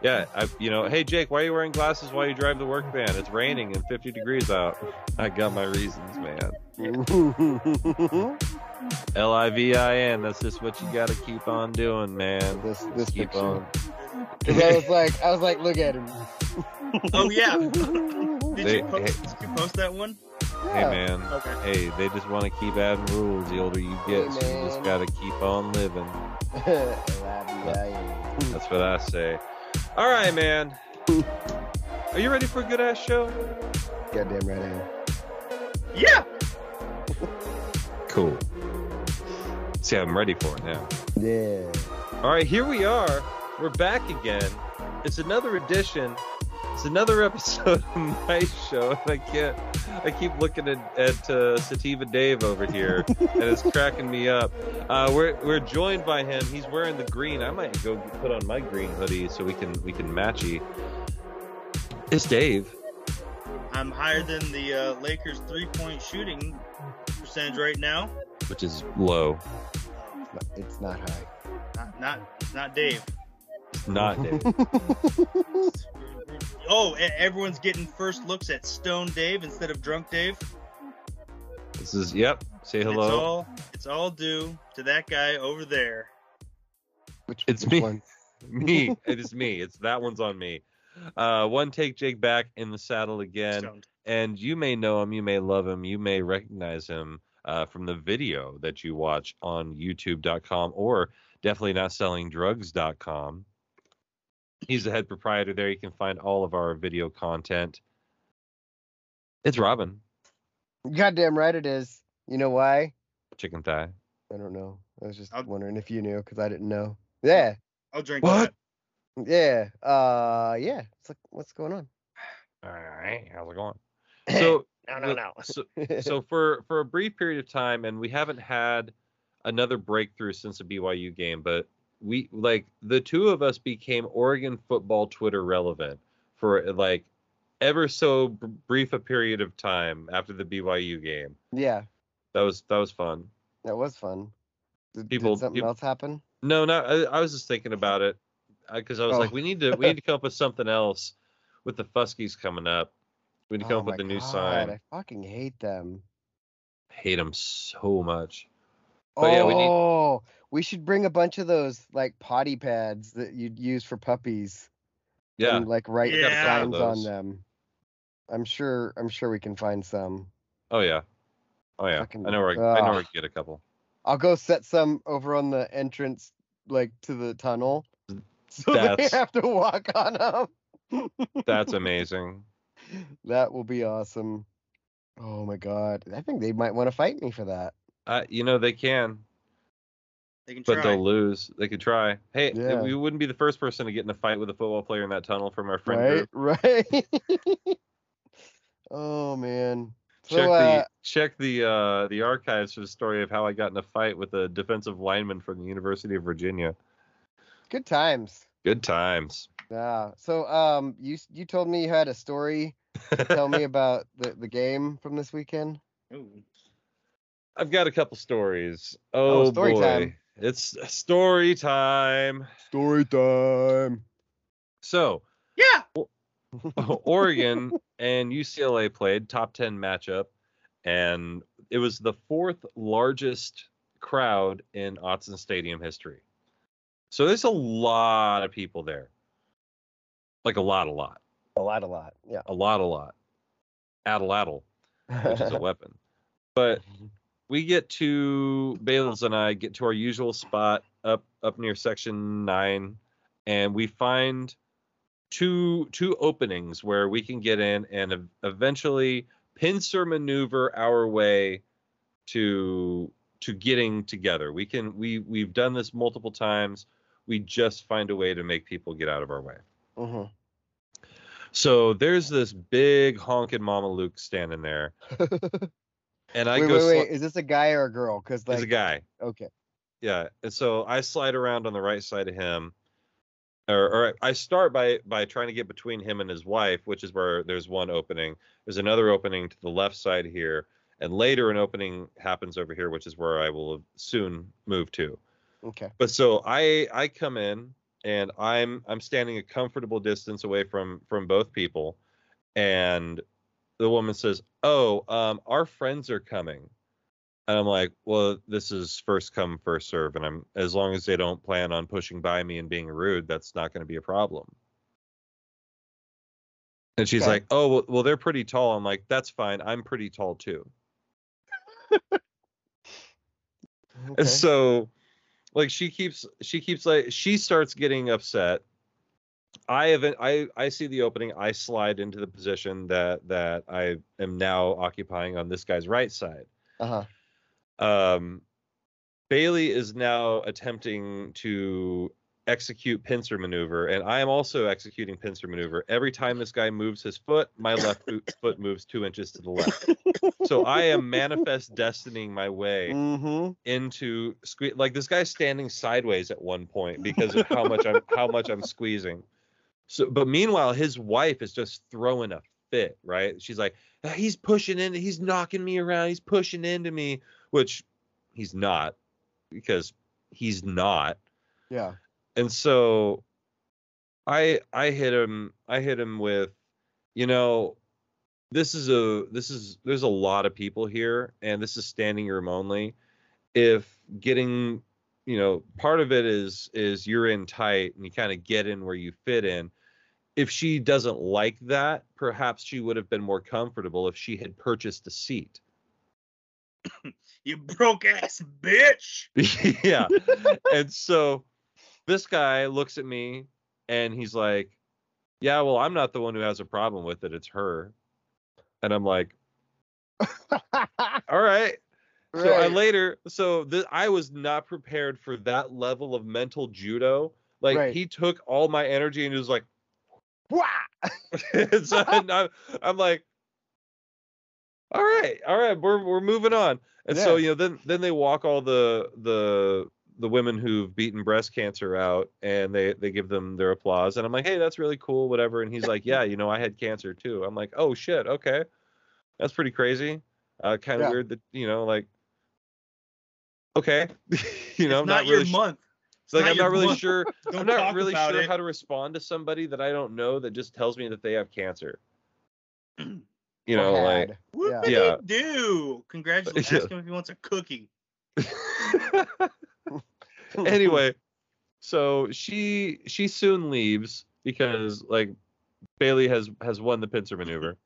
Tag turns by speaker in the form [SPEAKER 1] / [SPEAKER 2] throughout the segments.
[SPEAKER 1] Yeah, I, you know, hey Jake, why are you wearing glasses while you drive the work van? It's raining and 50 degrees out. I got my reasons, man.
[SPEAKER 2] this
[SPEAKER 1] L I V I N. That's just what you got to keep on doing, man.
[SPEAKER 2] this
[SPEAKER 1] Keep
[SPEAKER 2] picture.
[SPEAKER 1] on.
[SPEAKER 2] 'Cause I was like, I was like, look at him.
[SPEAKER 3] Oh yeah. Did
[SPEAKER 1] They-
[SPEAKER 3] you post, did you post that one?
[SPEAKER 1] Hey,
[SPEAKER 2] Yeah.
[SPEAKER 1] man.
[SPEAKER 3] Okay.
[SPEAKER 1] Hey, they just want to keep adding rules the older you get. So you just
[SPEAKER 2] man.
[SPEAKER 1] got to keep on living.
[SPEAKER 2] L-I-V-I-N.
[SPEAKER 1] That's what I say. All right, man. Are you ready for a good ass show?
[SPEAKER 2] Goddamn right I am.
[SPEAKER 3] Yeah.
[SPEAKER 1] Cool. See, I'm ready for it now.
[SPEAKER 2] Yeah.
[SPEAKER 1] All right, here we are. We're back again. It's another edition. It's another episode of my show, and I can't. I keep looking at, at uh, Sativa Dave over here, and it's cracking me up. Uh, we're we're joined by him. He's wearing the green. I might go put on my green hoodie so we can we can matchy. It's Dave.
[SPEAKER 3] I'm higher than the uh, Lakers three-point shooting percentage right now.
[SPEAKER 1] which is low.
[SPEAKER 2] It's not high.
[SPEAKER 3] Not not, not Dave.
[SPEAKER 1] It's not Dave.
[SPEAKER 3] Oh, e- everyone's getting first looks at Stone Dave instead of Drunk Dave.
[SPEAKER 1] this is yep. Say
[SPEAKER 3] And It's
[SPEAKER 1] hello.
[SPEAKER 3] all it's all due to that guy over there.
[SPEAKER 2] Which,
[SPEAKER 1] It's
[SPEAKER 2] which
[SPEAKER 1] me.
[SPEAKER 2] one?
[SPEAKER 1] me. It is me. It's that one's on me. Uh, one take Jake back in the saddle again,
[SPEAKER 3] Stone.
[SPEAKER 1] and you may know him, you may love him, you may recognize him uh, from the video that you watch on YouTube.com or definitely not selling drugs.com. He's the head proprietor there. You can find all of our video content. It's Robin,
[SPEAKER 2] Goddamn right it is. You know why?
[SPEAKER 1] chicken thigh.
[SPEAKER 2] I don't know. I was just
[SPEAKER 3] I'll-
[SPEAKER 2] wondering if you knew because I didn't know. Yeah.
[SPEAKER 3] I'll drink
[SPEAKER 1] What?
[SPEAKER 2] Yeah. Uh. Yeah. It's like, what's going on?
[SPEAKER 1] All right, how's it going? So
[SPEAKER 2] no,
[SPEAKER 1] the-
[SPEAKER 2] no, no.
[SPEAKER 1] so so for for a brief period of time and we haven't had another breakthrough since the BYU game but we like the two of us became Oregon football Twitter relevant for like ever so br- brief a period of time after the BYU game
[SPEAKER 2] yeah,
[SPEAKER 1] that was that was fun
[SPEAKER 2] that was fun. Did,
[SPEAKER 1] People-
[SPEAKER 2] did something
[SPEAKER 1] people-
[SPEAKER 2] else happen?
[SPEAKER 1] no no I, I was just thinking about it because I was
[SPEAKER 2] Oh.
[SPEAKER 1] like we need to we need to come up with something else with the Fuskies coming up we need to come
[SPEAKER 2] Oh
[SPEAKER 1] up with
[SPEAKER 2] my
[SPEAKER 1] a new
[SPEAKER 2] God,
[SPEAKER 1] sign
[SPEAKER 2] I fucking hate them.
[SPEAKER 1] hate them so much
[SPEAKER 2] Oh,
[SPEAKER 1] But yeah, we need-
[SPEAKER 2] we should bring a bunch of those like potty pads that you'd use for puppies.
[SPEAKER 1] yeah
[SPEAKER 2] And like write
[SPEAKER 3] We gotta find
[SPEAKER 2] signs on
[SPEAKER 1] those.
[SPEAKER 2] them. I'm sure. I'm sure we can find some.
[SPEAKER 1] Oh yeah. Oh yeah.
[SPEAKER 2] Fucking-
[SPEAKER 1] I know where I, I know where I
[SPEAKER 2] Ugh.
[SPEAKER 1] can get a couple.
[SPEAKER 2] I'll go set some over on the entrance, like to the tunnel, so
[SPEAKER 1] That's-
[SPEAKER 2] they have to walk on them.
[SPEAKER 1] That's amazing.
[SPEAKER 2] that will be awesome. Oh my god, I think they might want to fight me for that.
[SPEAKER 1] Uh, you know they can,
[SPEAKER 3] They can
[SPEAKER 1] but
[SPEAKER 3] try.
[SPEAKER 1] they'll lose. They could try. Hey,
[SPEAKER 2] Yeah.
[SPEAKER 1] we wouldn't be the first person to get in a fight with a football player in that tunnel from our friend group.
[SPEAKER 2] right, right. oh man. So
[SPEAKER 1] Check
[SPEAKER 2] uh,
[SPEAKER 1] the check the uh, the archives for the story of how I got in a fight with a defensive lineman from the University of Virginia.
[SPEAKER 2] good times.
[SPEAKER 1] Good times.
[SPEAKER 2] Yeah. So um, you s- you told me you had a story to tell me about the the game from this weekend.
[SPEAKER 3] Ooh.
[SPEAKER 1] I've got a couple stories. Oh,
[SPEAKER 2] story
[SPEAKER 1] boy.
[SPEAKER 2] time.
[SPEAKER 1] It's uh, story time.
[SPEAKER 2] Story time.
[SPEAKER 1] So,
[SPEAKER 3] Yeah.
[SPEAKER 1] Oregon and UCLA played top 10 matchup, and it was the fourth largest crowd in Otson Stadium history. So there's a lot of people there. Like a lot, a lot,
[SPEAKER 2] A lot, a lot. Yeah.
[SPEAKER 1] a lot, a lot. Addle, addle, which is a weapon. But we get to Bales and I get to our usual spot up up near section nine, and we find two two openings where we can get in and ev- eventually pincer maneuver our way to to getting together. We can we we've done this multiple times. We just find a way to make people get out of our way.
[SPEAKER 2] Mhm.
[SPEAKER 1] So there's this big honking Mama Luke standing there, and I
[SPEAKER 2] wait,
[SPEAKER 1] go
[SPEAKER 2] wait,
[SPEAKER 1] sli-
[SPEAKER 2] wait. Is this a guy or a girl? Because
[SPEAKER 1] he's
[SPEAKER 2] like,
[SPEAKER 1] a guy.
[SPEAKER 2] okay.
[SPEAKER 1] Yeah. And so I slide around on the right side of him. Or, or I start by by trying to get between him and his wife, which is where there's one opening. There's another opening to the left side here, and later an opening happens over here, which is where I will soon move to.
[SPEAKER 2] Okay.
[SPEAKER 1] But so I I come in and I'm I'm standing a comfortable distance away from from both people, and the woman says, "Oh, um, our friends are coming," and I'm like, "Well, this is first come first serve, and I'm as long as they don't plan on pushing by me and being rude, that's not going to be a problem." And she's
[SPEAKER 2] Okay.
[SPEAKER 1] like, "Oh, well, well, they're pretty tall." I'm like, "That's fine. I'm pretty tall too."
[SPEAKER 2] Okay.
[SPEAKER 1] so like she keeps she keeps like she starts getting upset i haven't i i see the opening i slide into the position that that i am now occupying on this guy's right side
[SPEAKER 2] uh-huh.
[SPEAKER 1] um bailey is now attempting to execute pincer maneuver and i am also executing pincer maneuver every time this guy moves his foot my left foot- foot moves two inches to the left so i am manifest destining my way
[SPEAKER 2] Mm-hmm.
[SPEAKER 1] into sque- like this guy's standing sideways at one point because of how much I'm how much I'm squeezing. So but meanwhile his wife is just throwing a fit, right? She's like, "Ah, he's pushing in, he's knocking me around, he's pushing into me, which he's not because he's not.
[SPEAKER 2] Yeah.
[SPEAKER 1] And so I I hit him I hit him with you know this is a this is there's a lot of people here and this is standing room only. If getting you know part of it is is you're in tight and you kind of get in where you fit in. If she doesn't like that, perhaps she would have been more comfortable if she had purchased a seat.
[SPEAKER 3] You broke ass bitch.
[SPEAKER 1] yeah. and so this guy looks at me and he's like, Yeah, well, I'm not the one who has a problem with it. It's her. And I'm like, All right. So I
[SPEAKER 2] Right.
[SPEAKER 1] later, so th- I was not prepared for that level of mental judo. Like
[SPEAKER 2] Right.
[SPEAKER 1] he took all my energy and he was like,
[SPEAKER 2] Wah!
[SPEAKER 1] and so and I'm, I'm like, all right, all right, we're we're moving on. And so
[SPEAKER 2] Yeah.
[SPEAKER 1] you know, then then they walk all the the the women who've beaten breast cancer out, and they they give them their applause. And I'm like, hey, that's really cool, whatever. And he's like, yeah, you know, I had cancer too. I'm like, oh shit, okay, that's pretty crazy. Uh, kind of
[SPEAKER 2] Yeah.
[SPEAKER 1] weird that you know, like, okay, you know,
[SPEAKER 3] it's
[SPEAKER 1] I'm
[SPEAKER 3] not,
[SPEAKER 1] not,
[SPEAKER 3] your
[SPEAKER 1] really. su-
[SPEAKER 3] month.
[SPEAKER 1] it's like
[SPEAKER 3] not
[SPEAKER 1] I'm
[SPEAKER 3] your
[SPEAKER 1] not really
[SPEAKER 3] month.
[SPEAKER 1] sure.
[SPEAKER 3] Don't
[SPEAKER 1] I'm not
[SPEAKER 3] talk
[SPEAKER 1] really
[SPEAKER 3] about
[SPEAKER 1] sure
[SPEAKER 3] it.
[SPEAKER 1] how to respond to somebody that I don't know that just tells me that they have cancer. You know,
[SPEAKER 2] Or
[SPEAKER 1] like
[SPEAKER 2] had.
[SPEAKER 3] What
[SPEAKER 2] Yeah.
[SPEAKER 3] did
[SPEAKER 1] Yeah.
[SPEAKER 3] he do? Congratulations.
[SPEAKER 1] Yeah.
[SPEAKER 3] Ask him if he wants a cookie.
[SPEAKER 1] anyway, so she she soon leaves because like Bailey has has won the pincer maneuver.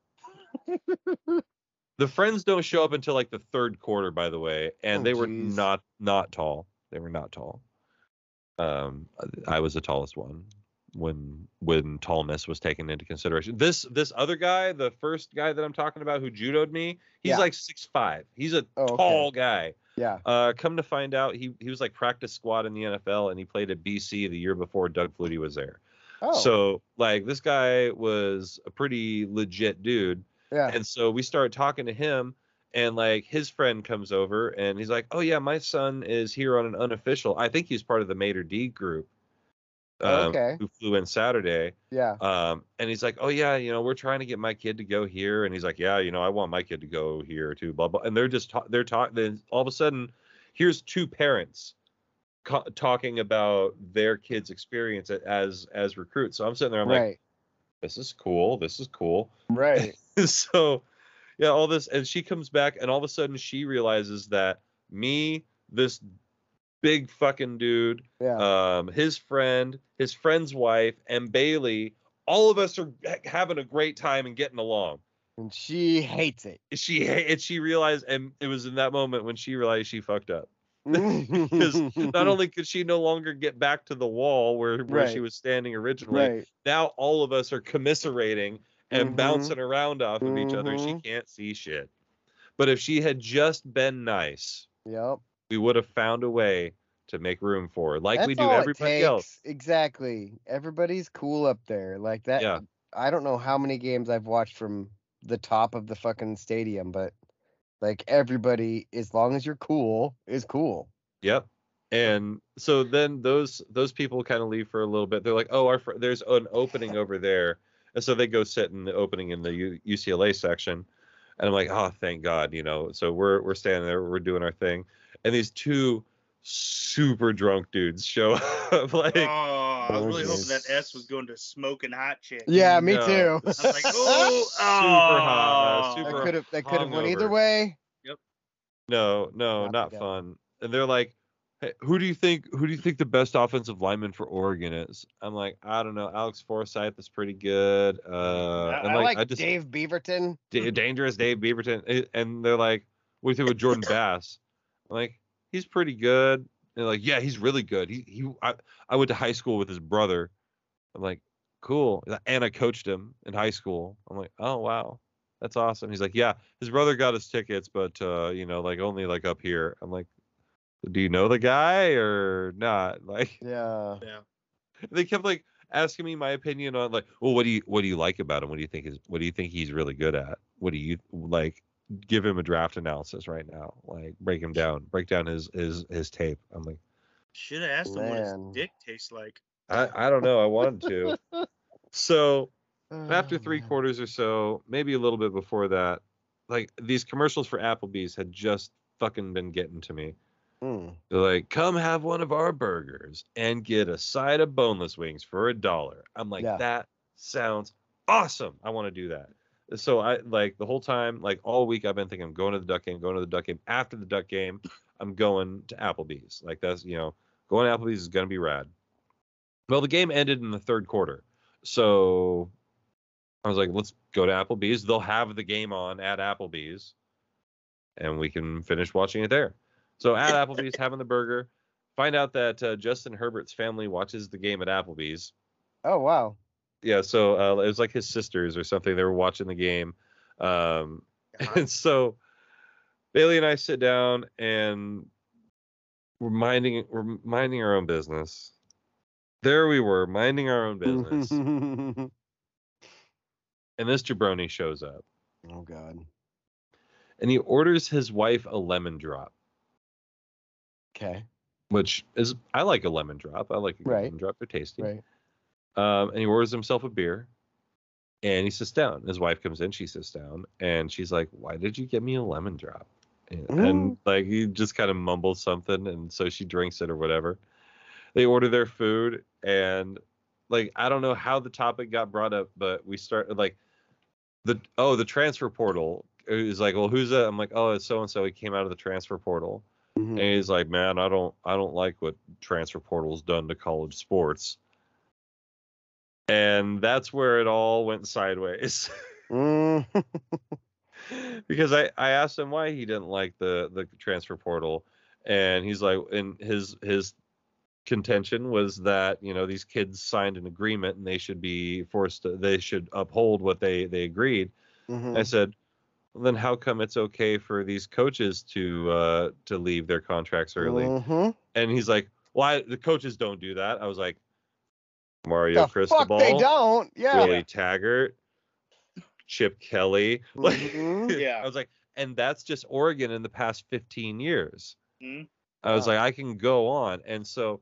[SPEAKER 1] the friends don't show up until like the third quarter, by the way, and
[SPEAKER 2] Oh,
[SPEAKER 1] they were
[SPEAKER 2] jeez.
[SPEAKER 1] not not tall. They were not tall. Um, I was the tallest one when when tallness was taken into consideration. This this other guy, the first guy that I'm talking about who judoed me, he's
[SPEAKER 2] Yeah.
[SPEAKER 1] like six five. He's a
[SPEAKER 2] Oh, okay.
[SPEAKER 1] tall guy.
[SPEAKER 2] yeah.
[SPEAKER 1] Uh, come to find out, he he was like practice squad in the NFL, and he played at BC the year before Doug Flutie was there.
[SPEAKER 2] Oh.
[SPEAKER 1] So like this guy was a pretty legit dude,
[SPEAKER 2] yeah.
[SPEAKER 1] and so we started talking to him, and like his friend comes over, and he's like, "Oh yeah, my son is here on an unofficial. I think he's part of the Mater D group."
[SPEAKER 2] Oh,
[SPEAKER 1] um,
[SPEAKER 2] okay.
[SPEAKER 1] Who flew in Saturday?
[SPEAKER 2] Yeah.
[SPEAKER 1] um and he's like oh yeah you know we're trying to get my kid to go here and he's like yeah you know i want my kid to go here too blah blah and they're just ta- they're talking then all of a sudden here's two parents co- talking about their kids experience a- as as recruits so i'm sitting there i'm like
[SPEAKER 2] right.
[SPEAKER 1] this is cool this is cool
[SPEAKER 2] Right.
[SPEAKER 1] so yeah all this and she comes back and all of a sudden she realizes that me this big fucking dude
[SPEAKER 2] Yeah.
[SPEAKER 1] um, his friend, his friend's wife, and Bailey. All of us are ha- having a great time and getting along.
[SPEAKER 2] and she hates it.
[SPEAKER 1] She ha- and she realized, and it was in that moment when she realized she fucked up because not only could she no longer get back to the wall where, where she
[SPEAKER 2] Right.
[SPEAKER 1] was standing originally,
[SPEAKER 2] right.
[SPEAKER 1] now all of us are commiserating and
[SPEAKER 2] Mhm.
[SPEAKER 1] bouncing around off of each other. She
[SPEAKER 2] Mhm.
[SPEAKER 1] can't see shit. But if she had just been nice,
[SPEAKER 2] Yep.
[SPEAKER 1] we would have found a way to make room for her, like we
[SPEAKER 2] That's
[SPEAKER 1] do
[SPEAKER 2] all it
[SPEAKER 1] everybody
[SPEAKER 2] takes.
[SPEAKER 1] else.
[SPEAKER 2] Exactly. Everybody's cool up there. Like that.
[SPEAKER 1] Yeah.
[SPEAKER 2] I don't know how many games I've watched from the top of the fucking stadium, but like everybody, as long as you're cool, is cool.
[SPEAKER 1] Yep. And so then those those people kind of leave for a little bit. They're like, "Oh, our fr- there's an opening over there," and so they go sit in the opening in the U- UCLA section. And I'm like, "Oh, thank God!" You know. So we're we're standing there, we're doing our thing, and these two super drunk dudes show up. like,
[SPEAKER 3] oh, I was really hoping
[SPEAKER 2] Gorgeous.
[SPEAKER 3] that S was going to smoking hot chick.
[SPEAKER 2] Yeah, me
[SPEAKER 1] No.
[SPEAKER 2] too.
[SPEAKER 1] I was
[SPEAKER 3] I'm like, oh,
[SPEAKER 1] Super hot,
[SPEAKER 3] aw.
[SPEAKER 1] uh, super
[SPEAKER 2] that could have that could have went
[SPEAKER 1] hungover.
[SPEAKER 2] either way.
[SPEAKER 1] No, no,
[SPEAKER 2] Not
[SPEAKER 1] not
[SPEAKER 2] together.
[SPEAKER 1] fun. And they're like, hey, who do you think who do you think the best offensive lineman for Oregon is? I'm like, I don't know. Alex Forsythe is pretty good. Uh,
[SPEAKER 2] I,
[SPEAKER 1] and
[SPEAKER 2] I
[SPEAKER 1] like,
[SPEAKER 2] like
[SPEAKER 1] I just
[SPEAKER 2] Dave Beaverton.
[SPEAKER 1] Da- dangerous Dave Beaverton. A- And they're like, what do you think with Jordan Bass? I'm like, he's pretty good. And they're like, yeah, he's really good. He he I, I went to high school with his brother. I'm like, cool. He's like, And I coached him in high school. I'm like, oh wow. That's awesome. He's like, yeah, his brother got his tickets, but uh, you know, like only like up here. I'm like, do you know the guy or not? Like
[SPEAKER 2] Yeah.
[SPEAKER 1] they kept like asking me my opinion on like, well, what do you what do you like about him? What do you think is what do you think he's really good at? What do you like? Give him a draft analysis right now. Like break him down, break down his his his tape. I'm like,
[SPEAKER 3] Should have asked him what his
[SPEAKER 2] Man.
[SPEAKER 3] dick tastes like.
[SPEAKER 1] I I don't know. I wanted to. So after
[SPEAKER 2] Oh,
[SPEAKER 1] three
[SPEAKER 2] man.
[SPEAKER 1] quarters or so, maybe a little bit before that, like these commercials for Applebee's had just fucking been getting to me.
[SPEAKER 2] Mm.
[SPEAKER 1] They're like, come have one of our burgers and get a side of boneless wings for a dollar. I'm like,
[SPEAKER 2] Yeah.
[SPEAKER 1] that sounds awesome. I want to do that. Uh, So I like the whole time, like all week, I've been thinking I'm going to the duck game, going to the duck game. After the duck game, I'm going to Applebee's. Like that's you know, going to Applebee's is gonna be rad. Well, the game ended in the third quarter, so I was like, let's go to Applebee's. They'll have the game on at Applebee's, and we can finish watching it there. So at Applebee's, having the burger, find out that uh, Justin Herbert's family watches the game at Applebee's
[SPEAKER 2] Oh wow.
[SPEAKER 1] yeah so uh, it was like his sisters or something they were watching the game um and so bailey and i sit down and we're minding we're minding our own business there we were minding our own business
[SPEAKER 2] oh
[SPEAKER 1] and this jabroni shows up
[SPEAKER 2] god.
[SPEAKER 1] and he orders his wife a lemon drop
[SPEAKER 2] Okay.
[SPEAKER 1] which is i like a lemon drop i like a good
[SPEAKER 2] Right.
[SPEAKER 1] lemon drop they're tasty
[SPEAKER 2] Right.
[SPEAKER 1] um, and he orders himself a beer and he sits down his wife comes in she sits down and she's like why did you get me a lemon drop and, and, like he just kind of mumbles something and so she drinks it or whatever they order their food and like i don't know how the topic got brought up but we start like the oh the transfer portal is like well who's that i'm like oh it's so and so he came out of the transfer portal
[SPEAKER 2] Mhm.
[SPEAKER 1] and he's like, man, I don't, I don't like what transfer portal's done to college sports. And that's where it all went sideways,
[SPEAKER 2] Mm.
[SPEAKER 1] because I, I asked him why he didn't like the the transfer portal, and he's like, and his his contention was that you know these kids signed an agreement and they should be forced to, they should uphold what they they agreed.
[SPEAKER 2] Mhm.
[SPEAKER 1] I said, well, then how come it's okay for these coaches to uh to leave their contracts early?
[SPEAKER 2] Mhm.
[SPEAKER 1] And he's like, "Why the coaches don't do that?" I was like, Mario
[SPEAKER 2] The
[SPEAKER 1] Cristobal,
[SPEAKER 2] fuck they don't. Yeah.
[SPEAKER 1] Willie Taggart, Chip Kelly. Like,
[SPEAKER 2] Mhm.
[SPEAKER 3] Yeah.
[SPEAKER 1] I was like, and that's just Oregon in the past 15 years.
[SPEAKER 3] Mhm.
[SPEAKER 1] I was
[SPEAKER 2] Mm-hmm. Wow.
[SPEAKER 1] like, I can go on, and so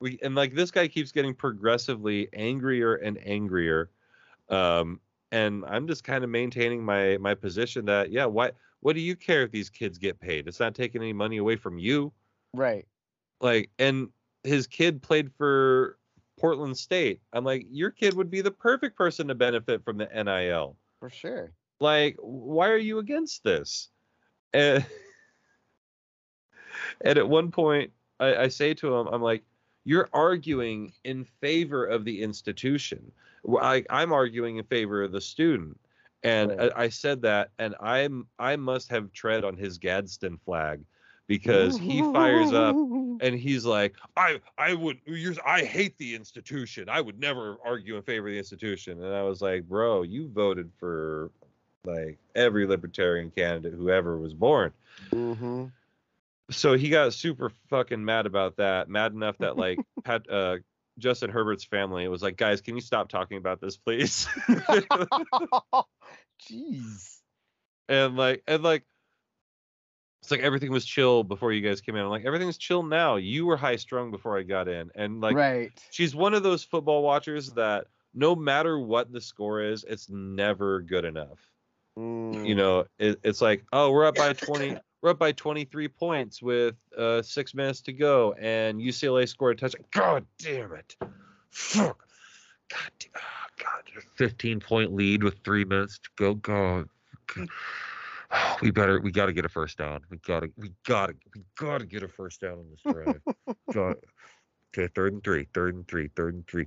[SPEAKER 1] we and like this guy keeps getting progressively angrier and angrier, um, and I'm just kind of maintaining my my position that yeah, why what do you care if these kids get paid? It's not taking any money away from you
[SPEAKER 2] Right.
[SPEAKER 1] like and his kid played for Portland State. I'm like, your kid would be the perfect person to benefit from the NIL.
[SPEAKER 2] For sure.
[SPEAKER 1] Like, why are you against this? And, and at one point, I, I say to him, I'm like, you're arguing in favor of the institution. Wh- I, I'm arguing in favor of the student. And
[SPEAKER 2] Right.
[SPEAKER 1] I, I said that, and I'm I must have tread on his Gadsden flag because he fires up and he's like, I I would you're, I hate the institution. I would never argue in favor of the institution. And I was like, bro, you voted for like every libertarian candidate who ever was born.
[SPEAKER 2] Mhm.
[SPEAKER 1] So he got super fucking mad about that. Mad enough that like Pat uh Justin Herbert's family was like, guys, can you stop talking about this, please?
[SPEAKER 2] Mm-hmm. Jeez.
[SPEAKER 1] and like and like it's like everything was chill before you guys came in. I'm like, everything's chill now. You were high strung before I got in. And like
[SPEAKER 2] right.
[SPEAKER 1] she's one of those football watchers that no matter what the score is, it's never good enough. You
[SPEAKER 2] Mm,
[SPEAKER 1] know, it, it's like, oh, we're up by 20, we're up by 23 points with uh, six minutes to go, and UCLA scored a touchdown. God damn it! God, damn- oh, God, a 15 point lead with three minutes to go. God, we better, we got to get a first down. We got to, we got to, we got to get a first down on this drive. God. Okay, third and three, third and three, third and three.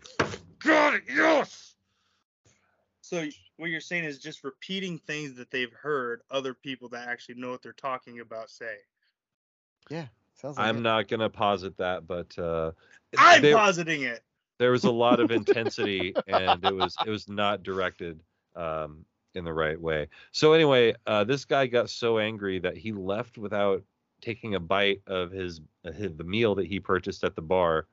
[SPEAKER 1] Got it, yes.
[SPEAKER 3] So what you're saying is just repeating things that they've heard other people that actually know what they're talking about say.
[SPEAKER 2] Sounds like
[SPEAKER 1] I'm
[SPEAKER 2] it.
[SPEAKER 1] not gonna posit that, but uh,
[SPEAKER 3] I'm
[SPEAKER 1] there-
[SPEAKER 3] positing it.
[SPEAKER 1] there was a lot of intensity and it was it was not directed um, in the right way so anyway uh, this guy got so angry that he left without taking a bite of his, his the meal that he purchased at the bar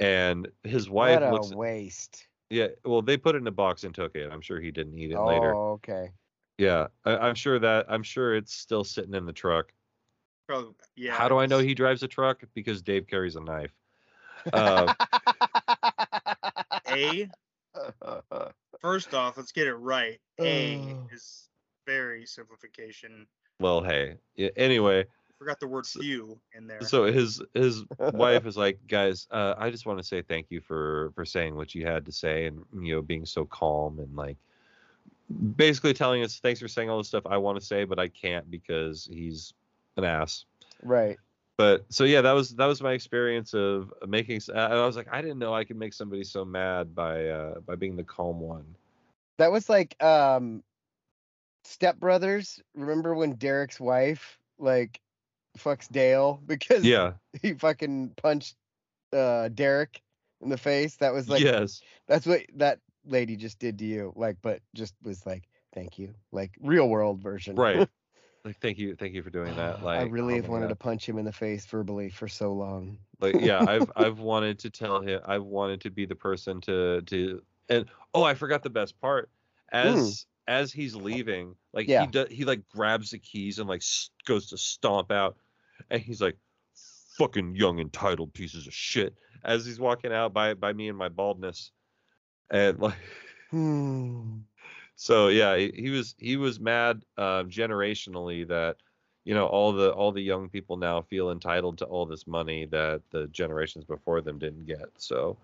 [SPEAKER 1] and his wife
[SPEAKER 2] what a
[SPEAKER 1] looks
[SPEAKER 2] waste.
[SPEAKER 1] yeah well they put it in a box and took it i'm sure he didn't eat it
[SPEAKER 2] Oh,
[SPEAKER 1] later
[SPEAKER 2] okay.
[SPEAKER 1] yeah I, i'm sure that i'm sure it's still sitting in the truck
[SPEAKER 3] Probably, yeah.
[SPEAKER 1] how do i know
[SPEAKER 3] it's-
[SPEAKER 1] he drives a truck because dave carries a knife uh,
[SPEAKER 3] A first off, let's get it right. A
[SPEAKER 2] Oh.
[SPEAKER 3] is very simplification.
[SPEAKER 1] well hey Yeah, anyway
[SPEAKER 3] Forgot the word
[SPEAKER 1] So-
[SPEAKER 3] few in there.
[SPEAKER 1] so his his wife is like guys uh, i just want to say thank you for for saying what you had to say and you know being so calm and like basically telling us thanks for saying all the stuff i want to say but i can't because he's an ass
[SPEAKER 2] right.
[SPEAKER 1] but so yeah that was that was my experience of making s- and i was like i didn't know i could make somebody so mad by uh by being the calm one
[SPEAKER 2] That was like um Step Brothers. Remember when Derek's wife like fucks Dale because
[SPEAKER 1] yeah
[SPEAKER 2] he fucking punched uh Derek in the face? That was like
[SPEAKER 1] yes
[SPEAKER 2] that's what that lady just did to you. Like, but just was like, thank you. Like real world version.
[SPEAKER 1] right like thank you thank you for doing that like
[SPEAKER 2] I really
[SPEAKER 1] oh
[SPEAKER 2] have
[SPEAKER 1] my
[SPEAKER 2] wanted
[SPEAKER 1] God.
[SPEAKER 2] to punch him in the face verbally for so long.
[SPEAKER 1] like yeah i've i've wanted to tell him i've wanted to be the person to to and oh i forgot the best part as as he's leaving like
[SPEAKER 2] Yeah.
[SPEAKER 1] he does he like grabs the keys and like s- goes to stomp out and he's like fucking young entitled pieces of shit as he's walking out by by me and my baldness and like
[SPEAKER 2] Hmm.
[SPEAKER 1] so yeah he, he was he was mad uh, generationally that you know all the all the young people now feel entitled to all this money that the generations before them didn't get so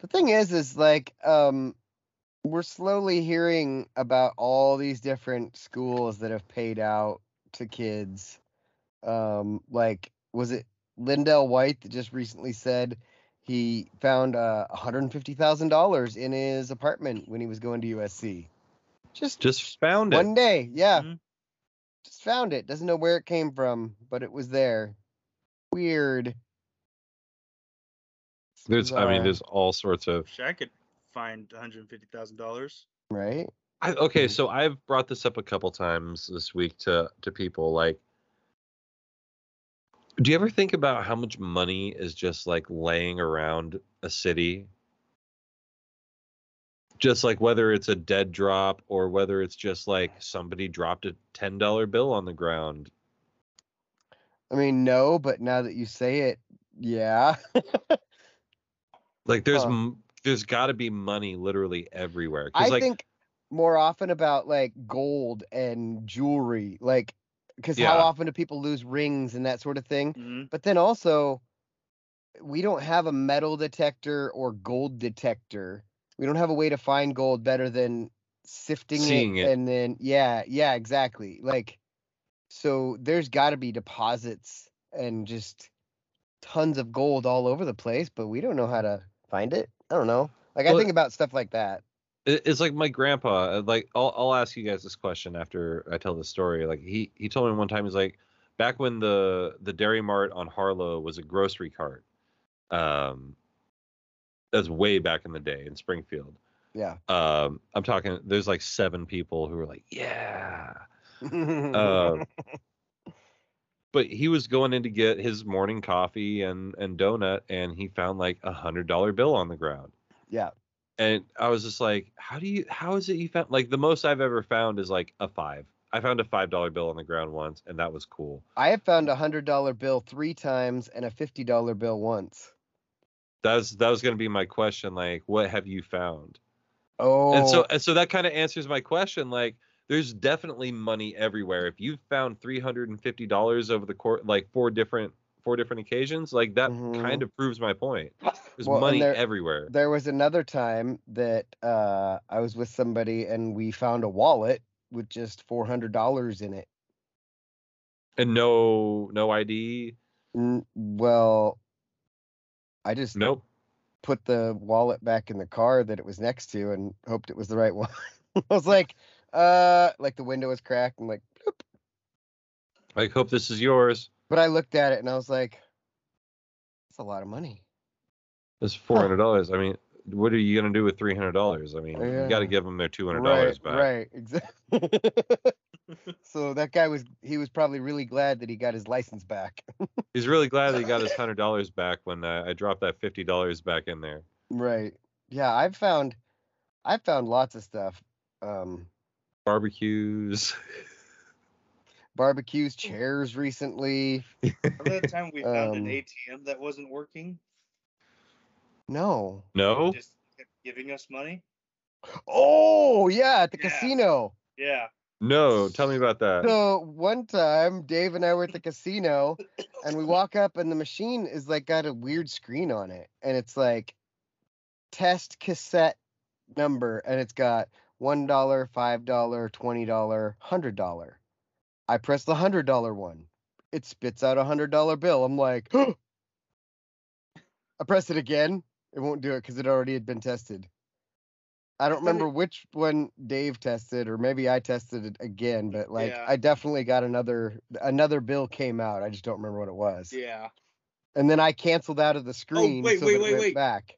[SPEAKER 2] the thing is is like um we're slowly hearing about all these different schools that have paid out to kids um like was it lindell white that just recently said he found uh, $150000 in his apartment when he was going to usc just
[SPEAKER 1] just found
[SPEAKER 2] one
[SPEAKER 1] it Mm-hmm.
[SPEAKER 2] day yeah
[SPEAKER 3] Mhm.
[SPEAKER 2] just found it doesn't know where it came from but it was there weird It's
[SPEAKER 1] there's i mean
[SPEAKER 2] bizarre,
[SPEAKER 1] there's all sorts of
[SPEAKER 3] Shit, I could find $150,000.
[SPEAKER 2] right
[SPEAKER 1] I, okay
[SPEAKER 2] Mhm.
[SPEAKER 1] so i've brought this up a couple times this week to to people like do you ever think about how much money is just like laying around a city just like whether it's a dead drop or whether it's just like somebody dropped a $10 bill on the ground
[SPEAKER 2] I mean, no, but now that you say it, yeah.
[SPEAKER 1] like there's
[SPEAKER 2] Huh.
[SPEAKER 1] m- there's got to be money literally everywhere 'Cause,
[SPEAKER 2] I
[SPEAKER 1] like
[SPEAKER 2] think more often about like gold and jewelry, like because how
[SPEAKER 1] Yeah.
[SPEAKER 2] often do people lose rings and that sort of thing?
[SPEAKER 3] hmm
[SPEAKER 2] But then also, we don't have a metal detector or gold detector. We don't have a way to find gold better than sifting
[SPEAKER 1] Seeing
[SPEAKER 2] it,
[SPEAKER 1] it.
[SPEAKER 2] and then yeah, yeah, exactly. Like so there's got to be deposits and just tons of gold all over the place, but we don't know how to find it. I don't know. Like I
[SPEAKER 1] Well,
[SPEAKER 2] think about stuff like that.
[SPEAKER 1] It- it's like my grandpa uh, like I'll, I'll ask you guys this question after i tell the story like he he told me one time he's like back when the the dairy mart on harlow was a grocery cart um that's way back in the day in springfield
[SPEAKER 2] Yeah.
[SPEAKER 1] um i'm talking there's like seven people who were like yeah uh, but he was going in to get his morning coffee and and donut and he found like a hundred dollar bill on the ground
[SPEAKER 2] Yeah.
[SPEAKER 1] and i was just like how do you how is it you found like the most i've ever found is like a five i found a five dollar bill on the ground once and that was cool
[SPEAKER 2] I have found a hundred dollar bill three times and a fifty dollar bill once.
[SPEAKER 1] that was that was going to be my question like what have you found
[SPEAKER 2] Oh,
[SPEAKER 1] and so and so that kind of answers my question like there's definitely money everywhere if you've found $350 over the court like four different four different occasions, like that
[SPEAKER 2] Mhm.
[SPEAKER 1] kind of proves my point. There's
[SPEAKER 2] Well, and
[SPEAKER 1] money
[SPEAKER 2] there-
[SPEAKER 1] everywhere.
[SPEAKER 2] There was another time that uh, I was with somebody and we found a wallet with just four hundred dollars in it.
[SPEAKER 1] And no no ID.
[SPEAKER 2] N- well, I just
[SPEAKER 1] Nope.
[SPEAKER 2] put the wallet back in the car that it was next to and hoped it was the right one. I was like, uh, like the window was cracked and like, bloop.
[SPEAKER 1] Like hope this is yours.
[SPEAKER 2] but I looked at it and I was like, that's a lot of money.
[SPEAKER 1] It's four hundred dollars. I mean, what are you gonna do with three hundred dollars? I mean, you got
[SPEAKER 2] Yeah.
[SPEAKER 1] to give them their two hundred dollars back.
[SPEAKER 2] Right, exactly. so that guy was he was probably really glad that he got his license back.
[SPEAKER 1] He's really glad that he got his hundred dollars back when uh, I dropped that fifty dollars back in there.
[SPEAKER 2] Right. Yeah, I've found I've found lots of stuff. Um
[SPEAKER 1] Barbecues.
[SPEAKER 2] barbecues, chairs recently.
[SPEAKER 3] Remember that time we found an
[SPEAKER 2] Um,
[SPEAKER 3] ATM that wasn't working?
[SPEAKER 2] No.
[SPEAKER 1] No.
[SPEAKER 3] It just kept giving us money?
[SPEAKER 2] Oh, yeah, at the
[SPEAKER 3] Yeah.
[SPEAKER 2] casino.
[SPEAKER 3] Yeah.
[SPEAKER 1] No. Tell me about that.
[SPEAKER 2] So one time, Dave and I were at the casino, and we walk up, and the machine is like got a weird screen on it, and it's like test cassette number, and it's got one dollar, five dollar, twenty dollar, hundred dollar. I press the hundred dollar one, it spits out a hundred dollar bill. I'm like, I press it again, it won't do it because it already had been tested. I don't
[SPEAKER 3] But it-
[SPEAKER 2] remember which one Dave tested, or maybe I tested it again, but like
[SPEAKER 3] Yeah.
[SPEAKER 2] I definitely got another another bill came out. I just don't remember what it was.
[SPEAKER 3] Yeah. Oh,
[SPEAKER 2] And then I canceled out of the screen
[SPEAKER 3] wait,
[SPEAKER 2] so
[SPEAKER 3] wait,
[SPEAKER 2] that it
[SPEAKER 3] wait,
[SPEAKER 2] went
[SPEAKER 3] wait.
[SPEAKER 2] back.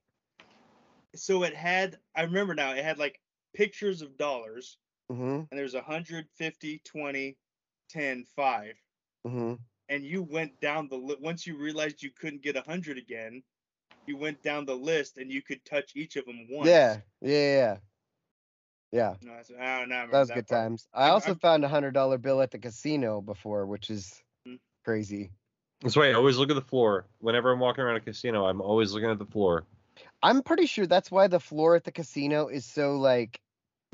[SPEAKER 3] So it had, I remember now, it had like pictures of dollars,
[SPEAKER 2] hmm
[SPEAKER 3] and there's 150, 20, 10, 5.
[SPEAKER 2] hmm
[SPEAKER 3] And you went down the list. Once you realized you couldn't get 100 again, you went down the list and you could touch each of them once.
[SPEAKER 2] Yeah, yeah, yeah, yeah.
[SPEAKER 3] No, I said, "Ah, I don't know, I remember
[SPEAKER 2] That was
[SPEAKER 3] that
[SPEAKER 2] good
[SPEAKER 3] part.
[SPEAKER 2] times. I
[SPEAKER 3] I'm-
[SPEAKER 2] also
[SPEAKER 3] I'm-
[SPEAKER 2] found a hundred dollar bill at the casino before, which is
[SPEAKER 3] Mhm.
[SPEAKER 2] crazy.
[SPEAKER 1] So wait, I always look at the floor. Whenever I'm walking around a casino, I'm always looking at the floor.
[SPEAKER 2] I'm pretty sure that's why the floor at the casino is so like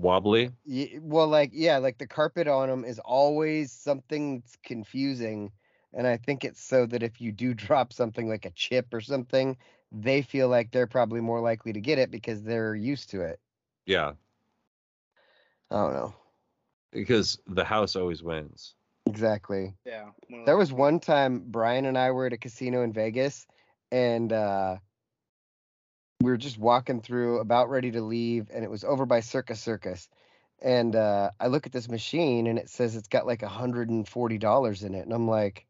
[SPEAKER 1] Wobbly.
[SPEAKER 2] Ye- well, like yeah, like the carpet on them is always something that's confusing, and I think it's so that if you do drop something like a chip or something, they feel like they're probably more likely to get it because they're used to it.
[SPEAKER 1] Yeah.
[SPEAKER 2] I don't know
[SPEAKER 1] Because the house always wins.
[SPEAKER 2] exactly.
[SPEAKER 3] Yeah. one of
[SPEAKER 2] There was
[SPEAKER 3] those.
[SPEAKER 2] one time Brian and I were at a casino in Vegas, and uh, we were just walking through, about ready to leave, and it was over by Circus Circus. And uh, I look at this machine, and it says it's got like $140 in it. And I'm like,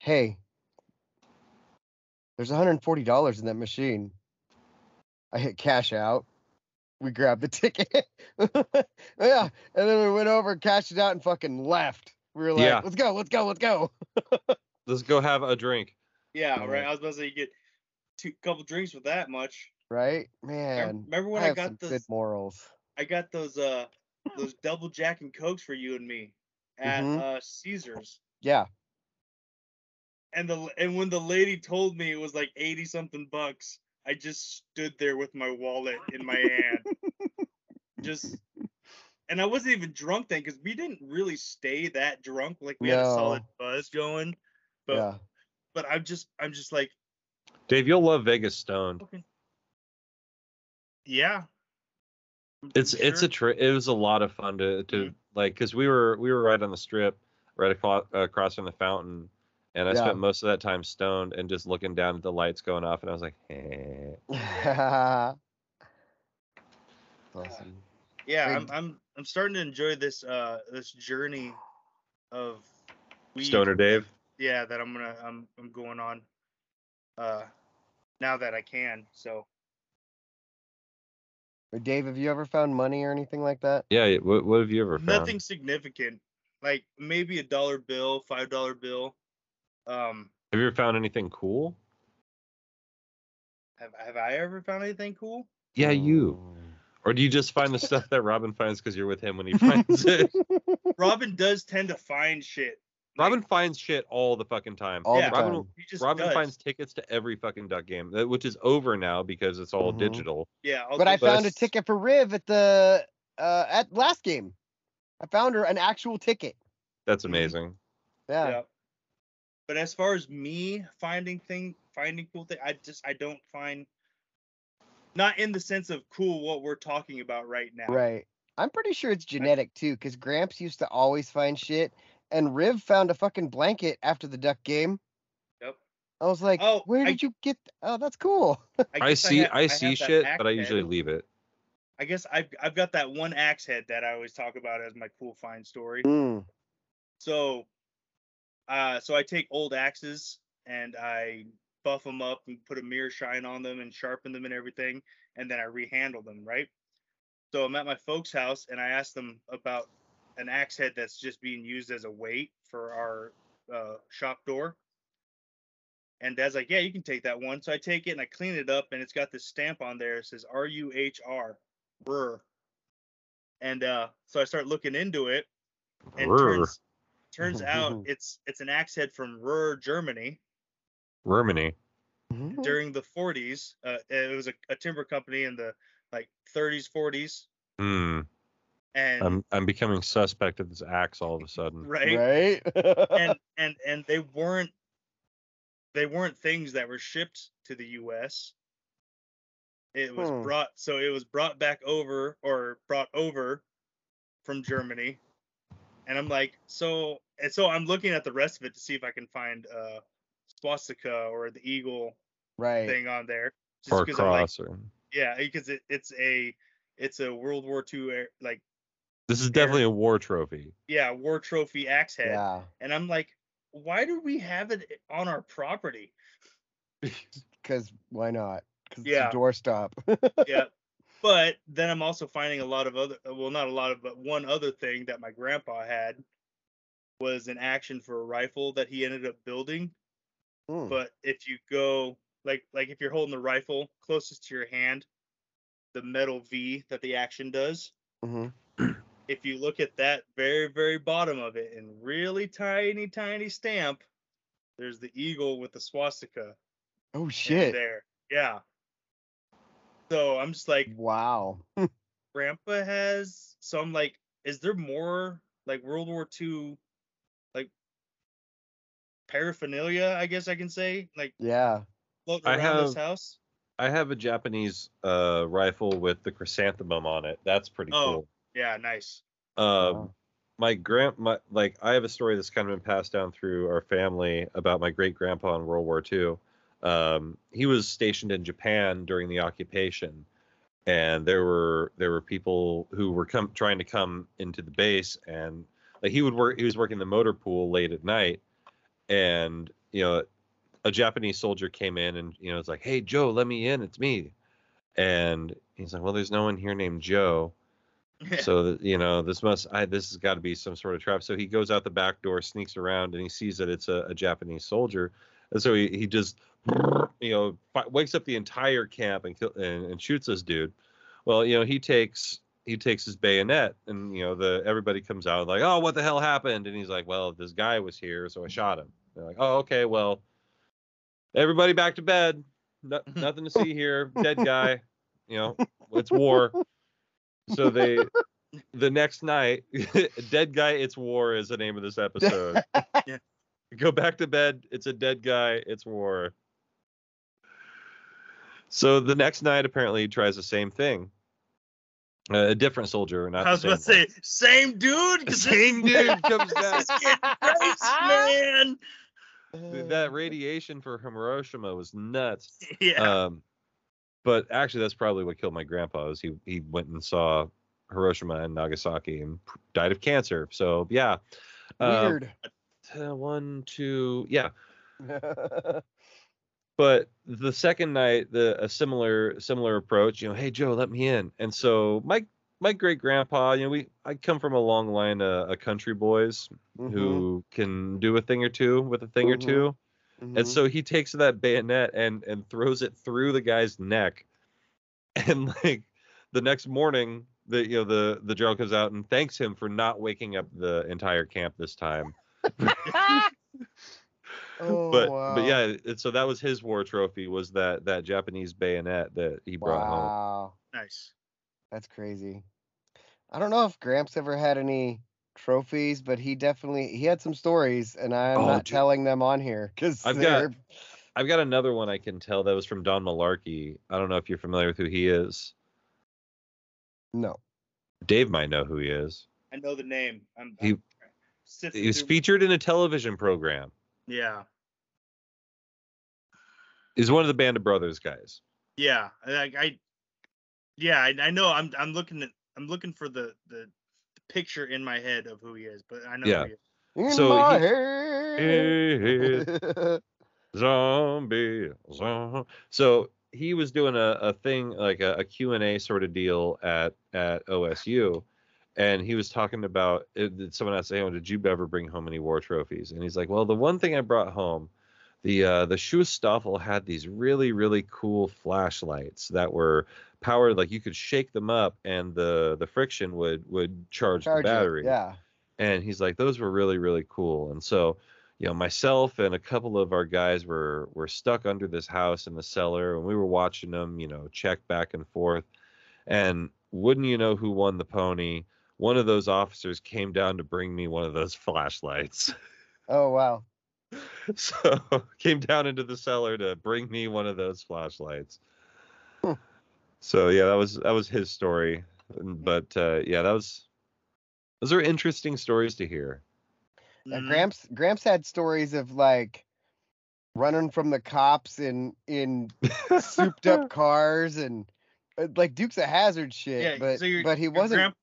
[SPEAKER 2] hey, there's $140 in that machine. I hit cash out. We grabbed the ticket. yeah. And then we went over, cashed it out, and fucking left. We were like,
[SPEAKER 1] Yeah.
[SPEAKER 2] let's go, let's go, let's go.
[SPEAKER 1] Let's go have a drink.
[SPEAKER 3] Yeah, right.
[SPEAKER 2] Yeah.
[SPEAKER 3] I was about to say you get two couple drinks with that much.
[SPEAKER 2] Right?
[SPEAKER 3] I rem-
[SPEAKER 2] Man.
[SPEAKER 3] remember when
[SPEAKER 2] I
[SPEAKER 3] I,
[SPEAKER 2] have some
[SPEAKER 3] got those
[SPEAKER 2] good morals.
[SPEAKER 3] I got those uh those double jack and cokes for you and me at
[SPEAKER 2] Mhm.
[SPEAKER 3] uh Caesars.
[SPEAKER 2] Yeah.
[SPEAKER 3] And the and when the lady told me it was like 80 something bucks, I just stood there with my wallet in my hand. just and I wasn't even drunk then cuz we didn't really stay that drunk like we had a solid
[SPEAKER 2] No.
[SPEAKER 3] buzz going. But
[SPEAKER 2] yeah.
[SPEAKER 3] but I'm just I'm just like
[SPEAKER 1] Dave, you'll love Vegas stoned.
[SPEAKER 3] yeah.
[SPEAKER 1] It's it's a tri- it was a lot of fun to to
[SPEAKER 3] Mhm.
[SPEAKER 1] like because we were we were right on the strip, right across, across from the fountain, and I
[SPEAKER 2] Yeah.
[SPEAKER 1] spent most of that time stoned and just looking down at the lights going off, and I was like, eh.
[SPEAKER 2] That's awesome.
[SPEAKER 3] yeah
[SPEAKER 2] Like-
[SPEAKER 3] I'm, I'm i'm starting to enjoy this uh this journey of weed.
[SPEAKER 1] Stoner Dave.
[SPEAKER 3] yeah that i'm gonna i'm, I'm going on uh now that i can so
[SPEAKER 2] But Dave, have you ever found money or anything like that?
[SPEAKER 1] Yeah. What, what have you ever found?
[SPEAKER 3] nothing significant like maybe a dollar bill five dollar bill um
[SPEAKER 1] Have you ever found anything cool?
[SPEAKER 3] have, have i ever found anything cool
[SPEAKER 1] Yeah, you.
[SPEAKER 2] Mm.
[SPEAKER 1] Or do you just find the stuff that Robin finds because you're with him when he finds it?
[SPEAKER 3] robin does tend to find shit like,
[SPEAKER 1] Robin finds shit all the fucking time.
[SPEAKER 2] All
[SPEAKER 3] Yeah.
[SPEAKER 2] the
[SPEAKER 1] Robin
[SPEAKER 2] time.
[SPEAKER 1] will-
[SPEAKER 3] he just
[SPEAKER 1] Robin
[SPEAKER 3] does.
[SPEAKER 1] finds tickets to every fucking duck game, that- which is over now because it's all
[SPEAKER 2] Mhm.
[SPEAKER 1] digital.
[SPEAKER 3] yeah I'll
[SPEAKER 2] but I
[SPEAKER 3] do that.
[SPEAKER 2] found a
[SPEAKER 1] s-
[SPEAKER 2] ticket for Riv at the uh at last game. I found her an actual ticket.
[SPEAKER 1] That's
[SPEAKER 3] Mhm.
[SPEAKER 1] amazing.
[SPEAKER 2] Yeah.
[SPEAKER 3] yeah But as far as me finding thing finding cool thing, I just I don't find not in the sense of cool what we're talking about right now.
[SPEAKER 2] Right. I'm pretty sure it's genetic too, because Gramps used to always find shit, and Riv found a fucking blanket after the duck game.
[SPEAKER 3] Yep.
[SPEAKER 2] I was like,
[SPEAKER 3] Oh,
[SPEAKER 2] where
[SPEAKER 3] I-
[SPEAKER 2] did you get? Oh, that's cool.
[SPEAKER 1] I,
[SPEAKER 3] guess
[SPEAKER 1] see
[SPEAKER 3] ha-
[SPEAKER 1] I,
[SPEAKER 3] have
[SPEAKER 1] see
[SPEAKER 3] that
[SPEAKER 1] shit,
[SPEAKER 3] axe
[SPEAKER 1] but I
[SPEAKER 3] head.
[SPEAKER 1] usually leave it.
[SPEAKER 3] I guess I've I've got that one axe head that I always talk about as my cool find story.
[SPEAKER 2] Mm.
[SPEAKER 3] So, uh, so I take old axes and I buff them up and put a mirror shine on them and sharpen them and everything, and then I rehandle them, right? So I'm at my folks' house and I asked them about an axe head that's just being used as a weight for our uh, shop door. And Dad's like, "Yeah, you can take that one." So I take it and I clean it up, and it's got this stamp on there. It says R U H R, Rur. And uh, so I start looking into it, and
[SPEAKER 1] Rur.
[SPEAKER 3] turns turns out it's it's an axe head from Ruhr, Germany.
[SPEAKER 1] Germany.
[SPEAKER 2] Mm-hmm.
[SPEAKER 3] During the 40s, uh, it was a, a timber company in the like 30s, 40s,
[SPEAKER 1] Hmm.
[SPEAKER 3] and
[SPEAKER 1] I'm I'm becoming suspect of this axe all of a sudden.
[SPEAKER 3] right,
[SPEAKER 2] Um, Right.
[SPEAKER 3] and and and they weren't they weren't things that were shipped to the U.S. It was
[SPEAKER 2] Hmm.
[SPEAKER 3] brought so it was brought back over or brought over from Germany, and I'm like so and so I'm looking at the rest of it to see if I can find uh, swastika or the eagle
[SPEAKER 2] right.
[SPEAKER 3] thing on there. Just
[SPEAKER 1] Or
[SPEAKER 3] 'cause I'm like,
[SPEAKER 1] cross or
[SPEAKER 3] yeah, because it, it's a it's a World War II air- like
[SPEAKER 1] this is definitely a war trophy.
[SPEAKER 3] yeah war trophy axe head,
[SPEAKER 2] Yeah.
[SPEAKER 3] and I'm like, why do we have it on our property?
[SPEAKER 2] Because why not? Because
[SPEAKER 3] Yeah.
[SPEAKER 2] it's a doorstop.
[SPEAKER 3] yeah, but then I'm also finding a lot of other uh, well not a lot of but one other thing that my grandpa had was an action for a rifle that he ended up building.
[SPEAKER 2] Mm.
[SPEAKER 3] But if you go like like if you're holding the rifle closest to your hand, the metal V that the action does,
[SPEAKER 2] Mhm.
[SPEAKER 3] if you look at that very very bottom of it in really tiny tiny stamp there's the eagle with the swastika
[SPEAKER 2] Oh
[SPEAKER 3] in
[SPEAKER 2] shit!
[SPEAKER 3] there yeah so i'm just like
[SPEAKER 2] Wow.
[SPEAKER 3] grandpa has so i'm like is there more like world war ii like paraphernalia i guess i can say like
[SPEAKER 2] Yeah.
[SPEAKER 3] floating
[SPEAKER 1] I
[SPEAKER 3] around this
[SPEAKER 1] have-
[SPEAKER 3] house
[SPEAKER 1] I have a Japanese uh rifle with the chrysanthemum on it. That's pretty
[SPEAKER 3] Oh.
[SPEAKER 1] cool.
[SPEAKER 3] yeah nice
[SPEAKER 1] Um
[SPEAKER 2] Wow.
[SPEAKER 1] my grand my like I have a story that's kind of been passed down through our family about my great grandpa in World War II. Um, he was stationed in Japan during the occupation, and there were there were people who were come trying to come into the base, and like he would work he was working the motor pool late at night, and you know a Japanese soldier came in and you know it's like hey Joe let me in it's me, and he's like well there's no one here named Joe so th- you know this must I, this has got to be some sort of trap so he goes out the back door sneaks around and he sees that it's a, a japanese soldier and so he, he just you know fi- wakes up the entire camp and, kill, and and shoots this dude well you know he takes he takes his bayonet and you know the everybody comes out like oh what the hell happened and he's like well this guy was here so i shot him they're like oh okay well everybody back to bed no, nothing to see here dead guy you know it's war so they the next night dead guy it's war is the name of this episode
[SPEAKER 3] Yeah.
[SPEAKER 1] go back to bed it's a dead guy it's war so the next night apparently he tries the same thing uh, a different soldier not
[SPEAKER 3] i was
[SPEAKER 1] the
[SPEAKER 3] about to
[SPEAKER 1] same
[SPEAKER 3] say same dude 'cause this-
[SPEAKER 1] Same dude comes
[SPEAKER 3] this
[SPEAKER 1] back.
[SPEAKER 3] is getting crazy, man
[SPEAKER 1] Dude, that radiation for hiroshima was nuts
[SPEAKER 3] yeah
[SPEAKER 1] Um, but actually, that's probably what killed my grandpa. Is he he went and saw Hiroshima and Nagasaki and p- died of cancer. So yeah, um,
[SPEAKER 2] Weird.
[SPEAKER 1] uh, one two yeah. But the second night, the a similar similar approach. You know, hey Joe, let me in. And so my my great grandpa, you know, we I come from a long line of, of country boys
[SPEAKER 2] Mm-hmm,
[SPEAKER 1] who can do a thing or two with a thing or
[SPEAKER 2] Mhm.
[SPEAKER 1] 2
[SPEAKER 2] Mhm,
[SPEAKER 1] and
[SPEAKER 2] mhm.
[SPEAKER 1] so he takes that bayonet and and throws it through the guy's neck. And like the next morning, the you know the the general comes out and thanks him for not waking up the entire camp this time.
[SPEAKER 2] mm-hmm. Oh,
[SPEAKER 1] but
[SPEAKER 2] wow.
[SPEAKER 1] but yeah, it, so that was his war trophy was that that Japanese bayonet that he brought home.
[SPEAKER 2] Wow.
[SPEAKER 3] nice
[SPEAKER 2] That's crazy. I don't know if Gramps ever had any trophies, but he definitely he had some stories, and I'm
[SPEAKER 1] Oh,
[SPEAKER 2] not
[SPEAKER 1] dude.
[SPEAKER 2] telling them on here because
[SPEAKER 1] I've got- I've got another one I can tell that was from Don Malarkey. I don't know if you're familiar with who he is.
[SPEAKER 2] no.
[SPEAKER 1] Dave might know who he is.
[SPEAKER 3] I know the name. I'm,
[SPEAKER 1] He-
[SPEAKER 3] I'm sifting
[SPEAKER 1] He was
[SPEAKER 3] through-
[SPEAKER 1] featured in a television program.
[SPEAKER 3] Yeah,
[SPEAKER 1] He's one of the Band of Brothers guys.
[SPEAKER 3] yeah. Like I, yeah, I, I know. I'm I'm looking at I'm looking for the the picture in my head of who he is, but I know.
[SPEAKER 1] Yeah.
[SPEAKER 3] Who he
[SPEAKER 2] In
[SPEAKER 3] is.
[SPEAKER 1] So
[SPEAKER 2] my
[SPEAKER 1] he-
[SPEAKER 2] head.
[SPEAKER 1] Hey, zombie, zombie. So he was doing a, a thing like a, a Q&A sort of deal at at OSU and he was talking about it- that someone asked him, "Did you ever bring home any war trophies?" And he's like, "Well, the one thing I brought home, the uh, the Schustoffel had these really really cool flashlights that were powered like you could shake them up and the the friction would would charge,
[SPEAKER 2] Charge it,
[SPEAKER 1] the battery."
[SPEAKER 2] Yeah.
[SPEAKER 1] and he's like those were really really cool and so you know myself and a couple of our guys were were stuck under this house in the cellar and we were watching them you know check back and forth and wouldn't you know who won the pony one of those officers came down to bring me one of those flashlights
[SPEAKER 2] Oh wow.
[SPEAKER 1] so came down into the cellar to bring me one of those flashlights
[SPEAKER 2] Hmm.
[SPEAKER 1] so yeah that was that was his story but uh yeah that was those are interesting stories to hear
[SPEAKER 2] Uh,
[SPEAKER 3] Mhm.
[SPEAKER 2] Gramps Gramps had stories of like running from the cops in in souped up cars and uh, like Duke's a hazard shit,
[SPEAKER 3] Yeah,
[SPEAKER 2] but
[SPEAKER 3] so your-
[SPEAKER 2] but he
[SPEAKER 3] your
[SPEAKER 2] wasn't
[SPEAKER 3] grandp-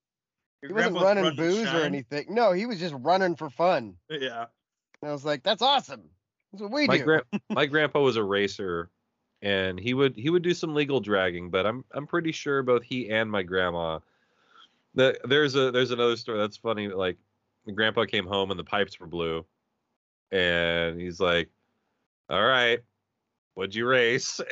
[SPEAKER 3] your
[SPEAKER 2] he wasn't
[SPEAKER 3] grandpa's
[SPEAKER 2] running booze or
[SPEAKER 3] shine.
[SPEAKER 2] anything. No, he was just running for fun.
[SPEAKER 3] Yeah.
[SPEAKER 2] And I was like, that's awesome. That's what we
[SPEAKER 1] my
[SPEAKER 2] do.
[SPEAKER 1] gran- my grandpa was a racer and he would he would do some legal dragging but i'm i'm pretty sure both he and my grandma that there's a there's another story that's funny like my grandpa came home and the pipes were blue and he's like all right what'd you race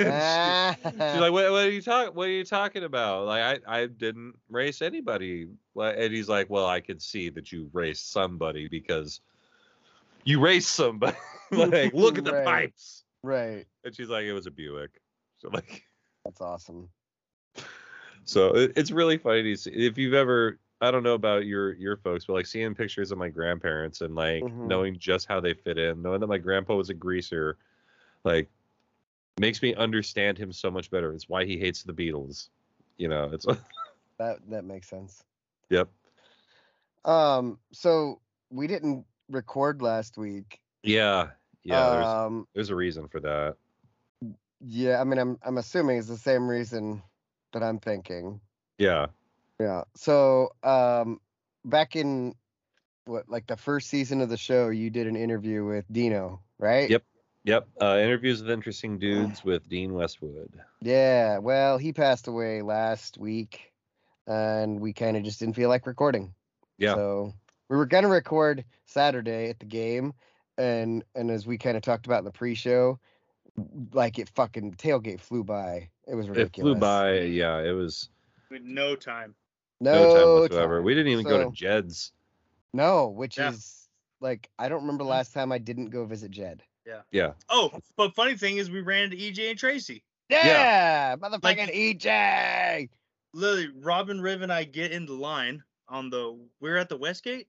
[SPEAKER 1] And she-
[SPEAKER 2] Ah,
[SPEAKER 1] She's like, what, what are you talking? What are you talking about? Like, I, I didn't race anybody. Like- And he's like, well, I could see that you raced somebody because you raced somebody. like, look at the
[SPEAKER 2] Right.
[SPEAKER 1] pipes.
[SPEAKER 2] right.
[SPEAKER 1] And she's like, it was a Buick. So like,
[SPEAKER 2] That's awesome.
[SPEAKER 1] so it, it's really funny to see. If you've ever, I don't know about your your folks, but like seeing pictures of my grandparents and like
[SPEAKER 2] Mhm.
[SPEAKER 1] knowing just how they fit in, knowing that my grandpa was a greaser, like makes me understand him so much better. It's why he hates the Beatles. You know, it's
[SPEAKER 2] That that makes sense.
[SPEAKER 1] Yep.
[SPEAKER 2] Um, so we didn't record last week.
[SPEAKER 1] Yeah. Yeah. there's
[SPEAKER 2] um,
[SPEAKER 1] there's a reason for that.
[SPEAKER 2] yeah. I mean, I'm I'm assuming it's the same reason that I'm thinking.
[SPEAKER 1] Yeah.
[SPEAKER 2] Yeah. So, um, back in what like the first season of the show, you did an interview with Dino, right?
[SPEAKER 1] Yep. Yep. Uh, interviews with interesting dudes with Dean Westwood.
[SPEAKER 2] Yeah. Well, he passed away last week, and we kind of just didn't feel like recording.
[SPEAKER 1] Yeah.
[SPEAKER 2] So we were gonna record Saturday at the game, and and as we kind of talked about in the pre-show, like it fucking tailgate flew by. It was ridiculous.
[SPEAKER 1] It flew by. Yeah. It was
[SPEAKER 3] With no time.
[SPEAKER 2] No,
[SPEAKER 1] no, time whatsoever.
[SPEAKER 2] time.
[SPEAKER 1] We didn't even go
[SPEAKER 2] So-
[SPEAKER 1] to Jed's.
[SPEAKER 2] No, which
[SPEAKER 3] Yeah. Mm.
[SPEAKER 2] is like I don't remember last time I didn't go visit Jed.
[SPEAKER 1] Yeah.
[SPEAKER 3] Oh, but funny thing is, we ran into EJ and Tracy.
[SPEAKER 2] Yeah,
[SPEAKER 1] Yeah.
[SPEAKER 2] motherfucking E
[SPEAKER 3] Like-
[SPEAKER 2] EJ.
[SPEAKER 3] Literally, Robin, Riv, and I get in the line on the. We're at the Westgate,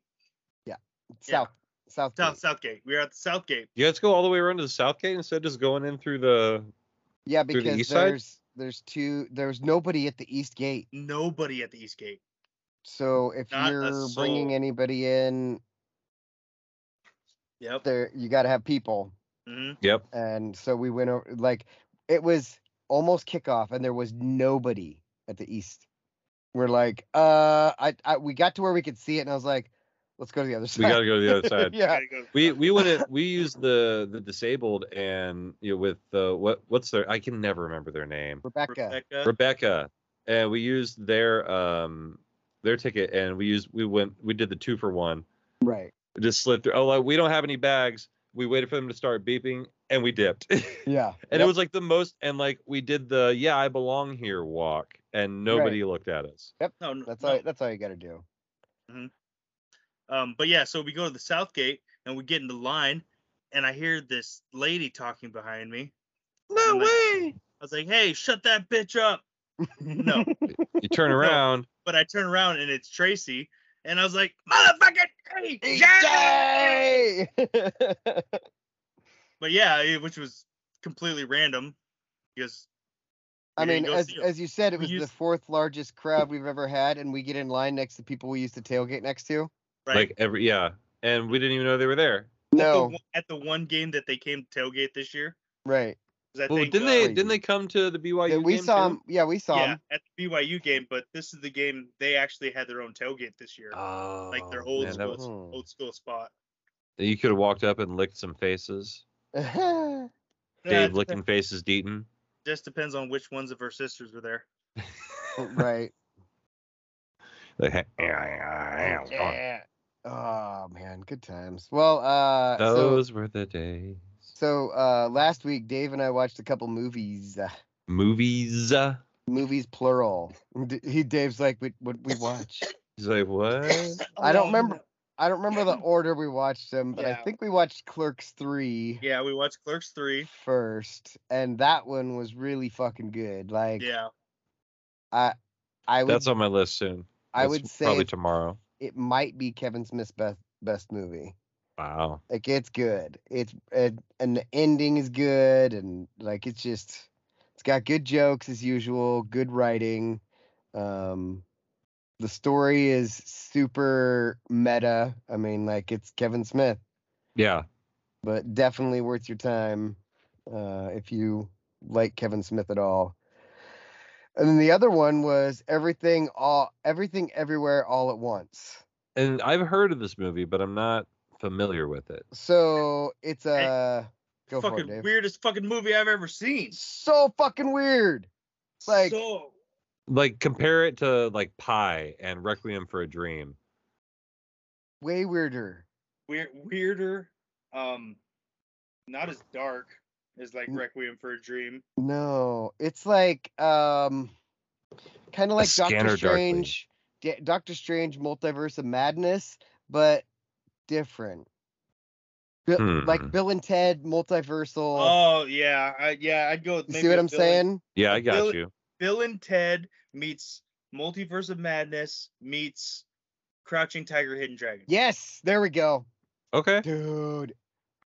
[SPEAKER 2] South, South,
[SPEAKER 3] South
[SPEAKER 2] Gate.
[SPEAKER 3] Southgate. We're at the Southgate.
[SPEAKER 1] You guys go all the way around to the South Gate instead of just going in through the.
[SPEAKER 2] Yeah,
[SPEAKER 1] through the
[SPEAKER 2] because
[SPEAKER 1] east side?
[SPEAKER 2] there's there's two there's nobody at the East Gate.
[SPEAKER 3] Nobody at the Eastgate.
[SPEAKER 2] So if
[SPEAKER 3] Not a
[SPEAKER 2] you're bringing
[SPEAKER 3] soul.
[SPEAKER 2] anybody in,
[SPEAKER 3] Yep.
[SPEAKER 2] there you got to have people.
[SPEAKER 3] Mhm.
[SPEAKER 1] Yep.
[SPEAKER 2] And so we went over like it was almost kickoff and there was nobody at the East. We're like, uh, I, I we got to where we could see it and I was like, let's go to the other
[SPEAKER 1] We
[SPEAKER 2] side.
[SPEAKER 1] got to go to the other side.
[SPEAKER 2] yeah.
[SPEAKER 3] Gotta go.
[SPEAKER 1] We we went in, we used the the disabled and you know, with the what what's their I can never remember their name.
[SPEAKER 2] Rebecca.
[SPEAKER 3] Rebecca.
[SPEAKER 1] Rebecca, and we used their um their ticket, and we used we went we did the two for one.
[SPEAKER 2] Right.
[SPEAKER 1] We just slid through. Oh, like, we don't have any bags. We waited for them to start beeping, and we dipped. and
[SPEAKER 2] Yeah.
[SPEAKER 1] it was like the most, and like we did the yeah I belong here walk, and nobody looked at us.
[SPEAKER 3] No, no,
[SPEAKER 2] That's
[SPEAKER 3] no.
[SPEAKER 2] all. That's all you got to do.
[SPEAKER 3] Um, but yeah, so we go to the South Gate and we get in the line, and I hear this lady talking behind me.
[SPEAKER 1] No
[SPEAKER 3] way! I was like, "Hey, shut that bitch up!" No,
[SPEAKER 1] You turn around.
[SPEAKER 3] but I turn around and it's Tracy, and I was like, motherfucking EJ!
[SPEAKER 2] Yay!
[SPEAKER 3] But yeah, it- which was completely random because
[SPEAKER 2] I
[SPEAKER 3] We
[SPEAKER 2] mean,
[SPEAKER 3] didn't go
[SPEAKER 2] as,
[SPEAKER 3] see 'em.
[SPEAKER 2] as you said, it
[SPEAKER 3] We
[SPEAKER 2] was the
[SPEAKER 3] used-
[SPEAKER 2] fourth largest crowd we've ever had, and we get in line next to people we used to tailgate next to.
[SPEAKER 3] right
[SPEAKER 1] Like every yeah, and we didn't even know they were there.
[SPEAKER 3] at, the,
[SPEAKER 2] No,
[SPEAKER 3] one- at the one game that they came to tailgate this year.
[SPEAKER 2] right.
[SPEAKER 3] 'Cause I
[SPEAKER 1] Well,
[SPEAKER 3] think,
[SPEAKER 1] didn't
[SPEAKER 3] uh,
[SPEAKER 1] they
[SPEAKER 2] crazy.
[SPEAKER 1] didn't they come to the BYU
[SPEAKER 2] And we
[SPEAKER 1] game
[SPEAKER 2] saw
[SPEAKER 1] too?
[SPEAKER 2] him. Yeah, we saw
[SPEAKER 3] Yeah,
[SPEAKER 2] him.
[SPEAKER 3] at the BYU game, but this is the game they actually had their own tailgate this year,
[SPEAKER 1] Oh,
[SPEAKER 3] like their old
[SPEAKER 1] man, that
[SPEAKER 3] school
[SPEAKER 1] was-
[SPEAKER 2] was-
[SPEAKER 3] old school spot.
[SPEAKER 1] you could have walked up and licked some faces.
[SPEAKER 2] Hmm.
[SPEAKER 1] Dave licking faces, Deaton.
[SPEAKER 3] Just depends on which ones of her sisters were there.
[SPEAKER 2] right.
[SPEAKER 1] Like, "Hey, yeah, yeah, yeah,
[SPEAKER 2] Yeah. Oh man, good times. Well, uh,
[SPEAKER 1] yeah."
[SPEAKER 2] so
[SPEAKER 1] Those were the days.
[SPEAKER 2] so uh, last week Dave and I watched a couple movies. Uh,
[SPEAKER 1] Movies. uh,
[SPEAKER 2] movies plural. D- he Dave's like, what what we watch?
[SPEAKER 1] He's like, what?
[SPEAKER 2] I don't
[SPEAKER 3] Along
[SPEAKER 2] remember-
[SPEAKER 3] the-
[SPEAKER 2] I don't remember the order we watched them, but I
[SPEAKER 3] Yeah.
[SPEAKER 2] think we watched Clerks three
[SPEAKER 3] Yeah, we watched Clerks three.
[SPEAKER 2] first, and that one was really fucking good. Like,
[SPEAKER 3] Yeah,
[SPEAKER 2] I would
[SPEAKER 1] That's on my list soon.
[SPEAKER 2] I
[SPEAKER 1] That's
[SPEAKER 2] would say
[SPEAKER 1] probably
[SPEAKER 2] it's-
[SPEAKER 1] tomorrow.
[SPEAKER 2] it might be Kevin Smith's best best movie.
[SPEAKER 1] Wow.
[SPEAKER 2] Like it's good. It's it, and the ending is good, and like it's just it's got good jokes as usual, good writing. Um, the story is super meta. I mean, like it's Kevin Smith,
[SPEAKER 1] Yeah.
[SPEAKER 2] but definitely worth your time uh, if you like Kevin Smith at all. And then the other one was everything all everything everywhere all at once.
[SPEAKER 1] And I've heard of this movie, but I'm not familiar with it.
[SPEAKER 2] So it's
[SPEAKER 3] Hey,
[SPEAKER 2] a go for it,
[SPEAKER 3] fucking
[SPEAKER 2] Dave.
[SPEAKER 3] weirdest fucking movie I've ever seen.
[SPEAKER 2] So fucking weird. Like-
[SPEAKER 3] so
[SPEAKER 1] Like compare it to like Pie and Requiem for a Dream.
[SPEAKER 2] Way weirder.
[SPEAKER 3] weird, weirder. Um, not as dark as like
[SPEAKER 2] Mm.
[SPEAKER 3] Requiem for a Dream.
[SPEAKER 2] No, it's like um, kind of like
[SPEAKER 1] Scanner
[SPEAKER 2] Doctor
[SPEAKER 1] Darkly.
[SPEAKER 2] Strange, D- Doctor Strange Multiverse of Madness, but different. Bi-
[SPEAKER 1] Hmm.
[SPEAKER 2] Like Bill and Ted multiversal.
[SPEAKER 3] Oh yeah, I, yeah, I'd go. With
[SPEAKER 2] you
[SPEAKER 3] maybe
[SPEAKER 2] see what
[SPEAKER 3] a
[SPEAKER 2] I'm
[SPEAKER 3] Bill and-
[SPEAKER 2] saying?
[SPEAKER 1] Yeah, I got
[SPEAKER 3] Bill-
[SPEAKER 1] you.
[SPEAKER 3] Bill and Ted meets Multiverse of Madness meets Crouching Tiger, Hidden Dragon.
[SPEAKER 2] Yes, there we go,
[SPEAKER 1] Okay.
[SPEAKER 2] dude.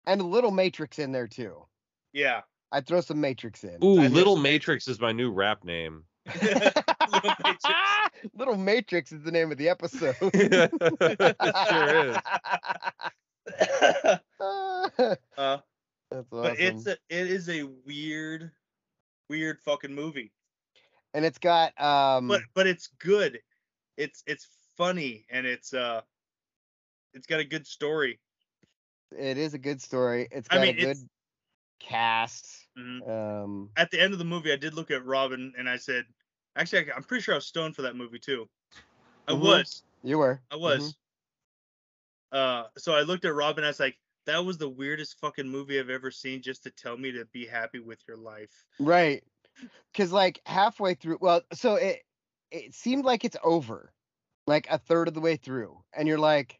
[SPEAKER 2] And a little Matrix in there too.
[SPEAKER 3] Yeah.
[SPEAKER 2] I'd throw some Matrix in.
[SPEAKER 1] Ooh,
[SPEAKER 3] I
[SPEAKER 1] Little
[SPEAKER 3] love-
[SPEAKER 1] Matrix is my new rap name.
[SPEAKER 3] Little Matrix.
[SPEAKER 2] Little Matrix is the name of the episode.
[SPEAKER 1] it sure is.
[SPEAKER 2] That's
[SPEAKER 3] uh,
[SPEAKER 2] awesome.
[SPEAKER 3] But it's a, it is a weird, weird fucking movie.
[SPEAKER 2] and it's got um
[SPEAKER 3] But but it's good. It's it's funny and it's uh, it's got a good story.
[SPEAKER 2] it is a good story. It's
[SPEAKER 3] I
[SPEAKER 2] got
[SPEAKER 3] mean,
[SPEAKER 2] a good
[SPEAKER 3] it's-
[SPEAKER 2] cast.
[SPEAKER 3] Mhm.
[SPEAKER 2] Um
[SPEAKER 3] At the end of the movie, I did look at Robin and I said, actually, I, I'm pretty sure I was stoned for that movie too. I
[SPEAKER 2] Mhm.
[SPEAKER 3] was.
[SPEAKER 2] you were.
[SPEAKER 3] I
[SPEAKER 2] Mhm.
[SPEAKER 3] was. Uh, so I looked at Robin. I was like, "That was the weirdest fucking movie I've ever seen." Just to tell me to be happy with your life.
[SPEAKER 2] Right. Cause like halfway through well, so it it seemed like it's over. Like a third of the way through. And you're like,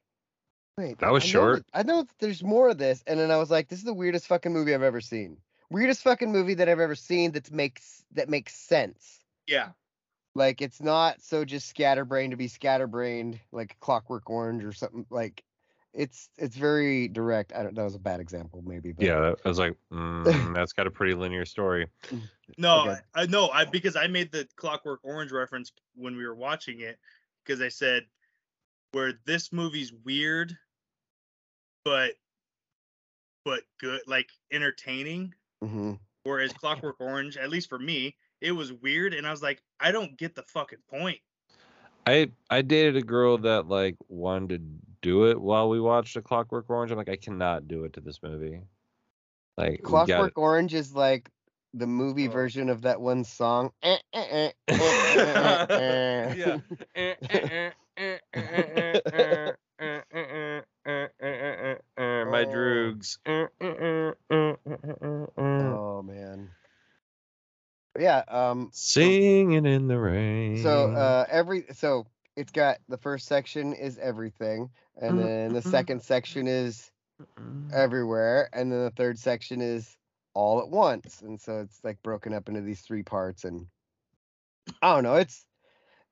[SPEAKER 2] wait,
[SPEAKER 1] That was
[SPEAKER 2] I know
[SPEAKER 1] short.
[SPEAKER 2] that- I know that there's more of this. And then I was like, this is the weirdest fucking movie I've ever seen. Weirdest fucking movie that I've ever seen that makes that makes sense.
[SPEAKER 3] Yeah,
[SPEAKER 2] Like it's not so just scatterbrained to be scatterbrained, like Clockwork Orange or something. Like it's it's very direct. I don't. That was a bad example, maybe. But
[SPEAKER 1] Yeah, I was like, mm, that's got a pretty linear story.
[SPEAKER 3] no,
[SPEAKER 2] Okay.
[SPEAKER 3] I, I no, I because I made the Clockwork Orange reference when we were watching it because I said where this movie's weird, but but good, like entertaining.
[SPEAKER 2] hmm
[SPEAKER 3] Whereas Clockwork Orange, at least for me, it was weird, and I was like, I don't get the fucking point.
[SPEAKER 1] I I dated a girl that like wanted to do it while we watched A Clockwork Orange. I'm like, I cannot do it to this movie. Like,
[SPEAKER 2] Clockwork
[SPEAKER 1] Clockwork.
[SPEAKER 2] Orange is like the movie
[SPEAKER 3] Oh.
[SPEAKER 2] version of that one song. Eh, eh, eh, eh, eh, eh, eh.
[SPEAKER 1] yeah. eh, eh, My
[SPEAKER 2] Oh.
[SPEAKER 1] droogs.
[SPEAKER 2] Oh man. But Yeah. Um.
[SPEAKER 1] Singing in the rain.
[SPEAKER 2] So uh, every so it's got the first section is everything, and
[SPEAKER 1] Mm-hmm.
[SPEAKER 2] then the second section is uh, everywhere and then the third section is all at once and so it's like broken up into these three parts and i don't know it's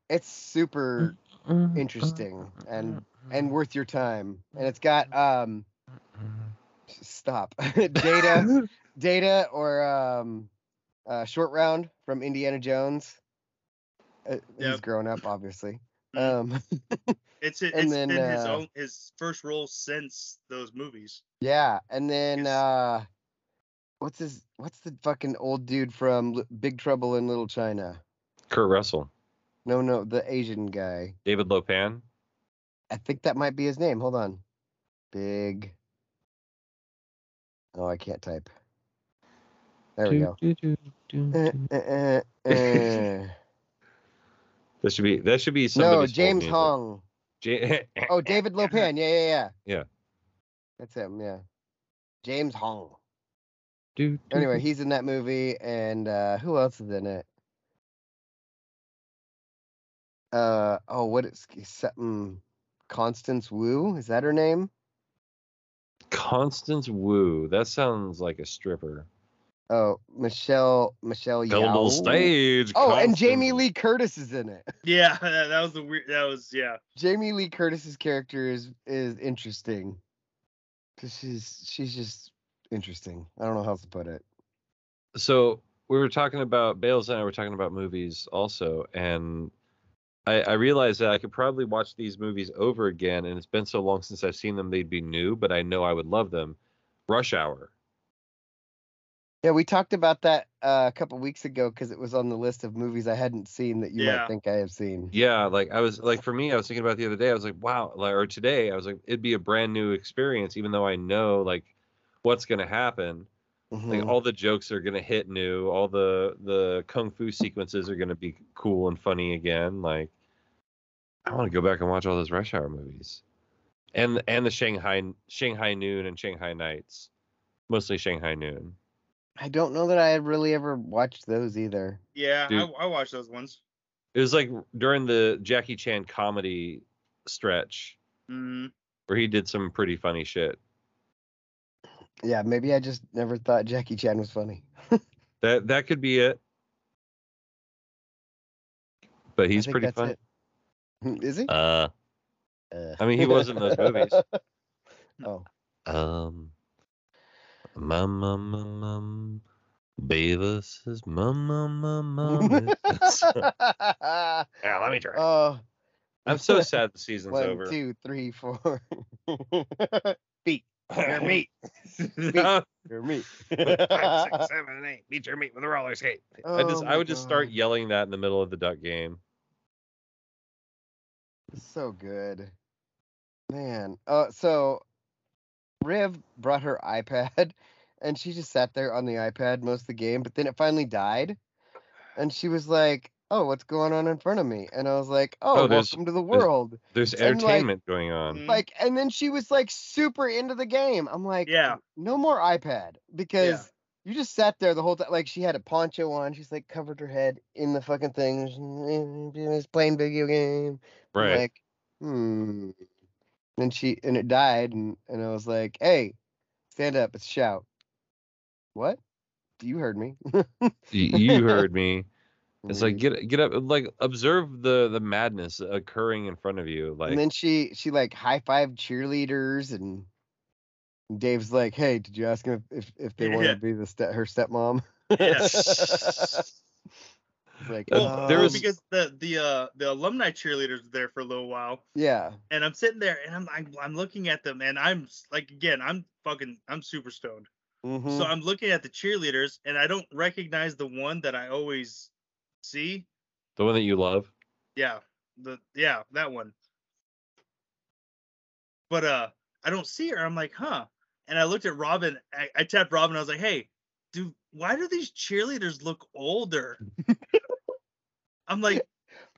[SPEAKER 2] it's super uh, interesting and
[SPEAKER 1] Mm-hmm.
[SPEAKER 2] and worth your time. And it's got um stop data data or um uh, short round from Indiana Jones. Uh, He's
[SPEAKER 3] Yep.
[SPEAKER 2] grown up, obviously.
[SPEAKER 3] Mhm.
[SPEAKER 2] Um,
[SPEAKER 3] It's it's
[SPEAKER 2] and then,
[SPEAKER 3] been his
[SPEAKER 2] uh,
[SPEAKER 3] own his first role since those movies.
[SPEAKER 2] yeah, and then
[SPEAKER 3] Yes.
[SPEAKER 2] uh, what's his? What's the fucking old dude from Li- Big Trouble in Little China?
[SPEAKER 1] Kurt Russell,
[SPEAKER 2] No, no, the Asian guy.
[SPEAKER 1] David Lopan.
[SPEAKER 2] I think that might be his name. Hold on. Big. Oh, I can't type. There we go. Eh, eh, eh, eh.
[SPEAKER 1] That should be that should be
[SPEAKER 2] no,
[SPEAKER 1] somebody's hold
[SPEAKER 2] James
[SPEAKER 1] music.
[SPEAKER 2] Hong.
[SPEAKER 1] Ja-
[SPEAKER 2] Oh, David Lopan. Yeah, yeah, yeah.
[SPEAKER 1] Yeah.
[SPEAKER 2] That's him. Yeah. James Hong. Anyway, he's in that movie, and uh, who else is in it? Uh oh, what is something? Constance Wu is that her name?
[SPEAKER 1] Constance Wu. That sounds like a stripper.
[SPEAKER 2] Oh, Michelle Michelle Yao.
[SPEAKER 1] Build stage.
[SPEAKER 2] Oh, and
[SPEAKER 1] Constance.
[SPEAKER 2] Jamie Lee Curtis is in it.
[SPEAKER 3] Yeah, that, that was the weird. That was yeah.
[SPEAKER 2] Jamie Lee Curtis's character is is interesting. Cause she's she's just interesting. I don't know how else to put it.
[SPEAKER 1] so we were talking about Bales and I were talking about movies also, and I, I realized that I could probably watch these movies over again, and it's been so long since I've seen them they'd be new, but I know I would love them. Rush Hour.
[SPEAKER 2] Yeah, we talked about that uh, a couple weeks ago because it was on the list of movies I hadn't seen that you might
[SPEAKER 3] Yeah.
[SPEAKER 2] think I have seen.
[SPEAKER 1] Yeah, like I was like for me, I was thinking about it the other day. I was like, wow, like, or today, I was like, it'd be a brand new experience, even though I know like what's gonna happen. Like
[SPEAKER 2] Mhm.
[SPEAKER 1] all the jokes are gonna hit new, all the the kung fu sequences are gonna be cool and funny again. Like I want to go back and watch all those Rush Hour movies, and and the Shanghai Shanghai Noon and Shanghai Nights, mostly Shanghai Noon.
[SPEAKER 2] I don't know that I had really ever watched those either.
[SPEAKER 3] Yeah, I,
[SPEAKER 1] Dude.
[SPEAKER 3] I watched those ones.
[SPEAKER 1] It was like during the Jackie Chan comedy stretch
[SPEAKER 3] Mm,
[SPEAKER 1] where he did some pretty funny shit.
[SPEAKER 2] Yeah, maybe I just never thought Jackie Chan was funny.
[SPEAKER 1] That that could be it. But
[SPEAKER 2] I
[SPEAKER 1] he's
[SPEAKER 2] think
[SPEAKER 1] pretty
[SPEAKER 2] that's
[SPEAKER 1] funny.
[SPEAKER 2] it. Hmm, Is he?
[SPEAKER 1] Uh,
[SPEAKER 2] Uh.
[SPEAKER 1] I mean, he was in those movies.
[SPEAKER 2] Oh,
[SPEAKER 1] um, mum mum mum mum, Beavis is mum mum mum mum. is- yeah, let me try.
[SPEAKER 2] oh
[SPEAKER 1] I'm so sad the season's
[SPEAKER 2] one,
[SPEAKER 1] over.
[SPEAKER 2] two, three, four. Beat. You're meat.
[SPEAKER 1] No,
[SPEAKER 2] You're meat.
[SPEAKER 1] Five, six, seven, and eight. Beat your meat with a roller skate. I
[SPEAKER 2] Oh
[SPEAKER 1] just,
[SPEAKER 2] my
[SPEAKER 1] I would just start
[SPEAKER 2] God.
[SPEAKER 1] yelling that in the middle of the duck game.
[SPEAKER 2] So good. Man. Uh, so Riv brought her iPad and she just sat there on the iPad most of the game, but then it finally died. And she was like, Oh, what's going on in front of me? And I was like, Oh,
[SPEAKER 1] Oh, there's-
[SPEAKER 2] welcome to the
[SPEAKER 1] there's-
[SPEAKER 2] world.
[SPEAKER 1] There's
[SPEAKER 2] And, like-
[SPEAKER 1] entertainment going on.
[SPEAKER 3] mm,
[SPEAKER 2] Like, and then she was like super into the game. I'm like,
[SPEAKER 3] Yeah.
[SPEAKER 2] no more iPad because you just sat there the whole time. Like, she had a poncho on. She's like covered her head in the fucking thing. She's playing video game. I'm
[SPEAKER 1] Right.
[SPEAKER 2] like, hmm. And she and it died, and and I was like, hey, stand up, it's shout. What? You heard me.
[SPEAKER 1] Y- you heard me. It's like get get up, like observe the the madness occurring in front of you. Like
[SPEAKER 2] and then she she like high five cheerleaders, and Dave's like, hey, did you ask him if if, if they wanted
[SPEAKER 3] Yeah.
[SPEAKER 2] to be the ste- her stepmom?
[SPEAKER 3] yeah.
[SPEAKER 2] It's like,
[SPEAKER 1] Uh,
[SPEAKER 3] Well,
[SPEAKER 1] there
[SPEAKER 3] well,
[SPEAKER 1] was-
[SPEAKER 3] Um, because the the uh the alumni cheerleaders were there for a little while,
[SPEAKER 2] yeah,
[SPEAKER 3] and I'm sitting there and I'm I'm, I'm looking at them and I'm s- like again I'm fucking I'm super stoned.
[SPEAKER 2] mhm,
[SPEAKER 3] So I'm looking at the cheerleaders and I don't recognize the one that I always see.
[SPEAKER 1] the one that you love.
[SPEAKER 3] Yeah, the yeah that one. But uh, I don't see her. I'm like, huh? And I looked at Robin. I, I tapped Robin. I was like, hey, do why do these cheerleaders look older? I'm like,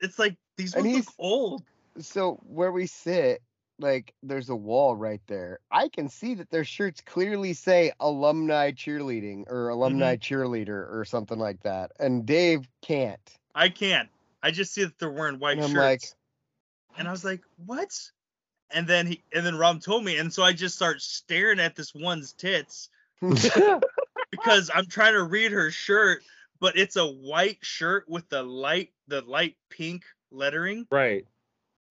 [SPEAKER 3] it's like these
[SPEAKER 2] And
[SPEAKER 3] ones look
[SPEAKER 2] he's-
[SPEAKER 3] old.
[SPEAKER 2] so where we sit like there's a wall right there i can see that their shirts clearly say alumni cheerleading or alumni
[SPEAKER 3] Mm-hmm.
[SPEAKER 2] cheerleader or something like that and dave can't
[SPEAKER 3] I can't. I just see that they're wearing white
[SPEAKER 2] And I'm
[SPEAKER 3] shirts.
[SPEAKER 2] like-
[SPEAKER 3] and I was like, what? And then he and then Robin told me, and so I just start staring at this one's tits because I'm trying to read her shirt, but it's a white shirt with the light the light pink lettering.
[SPEAKER 1] Right.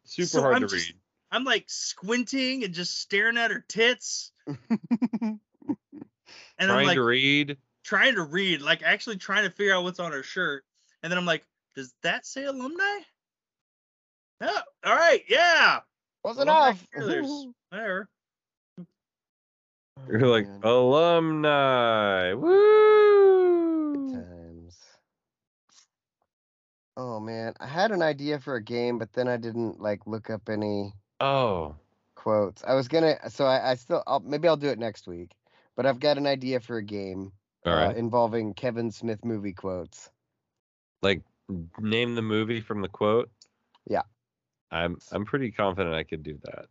[SPEAKER 1] Super
[SPEAKER 3] So
[SPEAKER 1] hard
[SPEAKER 3] I'm
[SPEAKER 1] to
[SPEAKER 3] just-
[SPEAKER 1] read.
[SPEAKER 3] I'm like squinting and just staring at her tits. And I'm
[SPEAKER 1] Trying
[SPEAKER 3] like
[SPEAKER 1] to read.
[SPEAKER 3] trying to read, like actually trying to figure out what's on her shirt. And then I'm like, does that say alumni? No. All right. Yeah.
[SPEAKER 2] Close
[SPEAKER 3] Alumni
[SPEAKER 2] enough.
[SPEAKER 3] cheerleaders. Whatever.
[SPEAKER 1] You're like
[SPEAKER 2] Man,
[SPEAKER 1] alumni.
[SPEAKER 2] good
[SPEAKER 1] Woo!
[SPEAKER 2] times. Oh man, I had an idea for a game, but then I didn't like look up any
[SPEAKER 1] Oh,
[SPEAKER 2] quotes. I was gonna, so I, I still, I'll, maybe I'll do it next week. But I've got an idea for a game
[SPEAKER 1] all
[SPEAKER 2] uh,
[SPEAKER 1] right.
[SPEAKER 2] involving Kevin Smith movie quotes.
[SPEAKER 1] like name the movie from the quote.
[SPEAKER 2] Uh, Yeah.
[SPEAKER 1] I'm I'm pretty confident I could do that.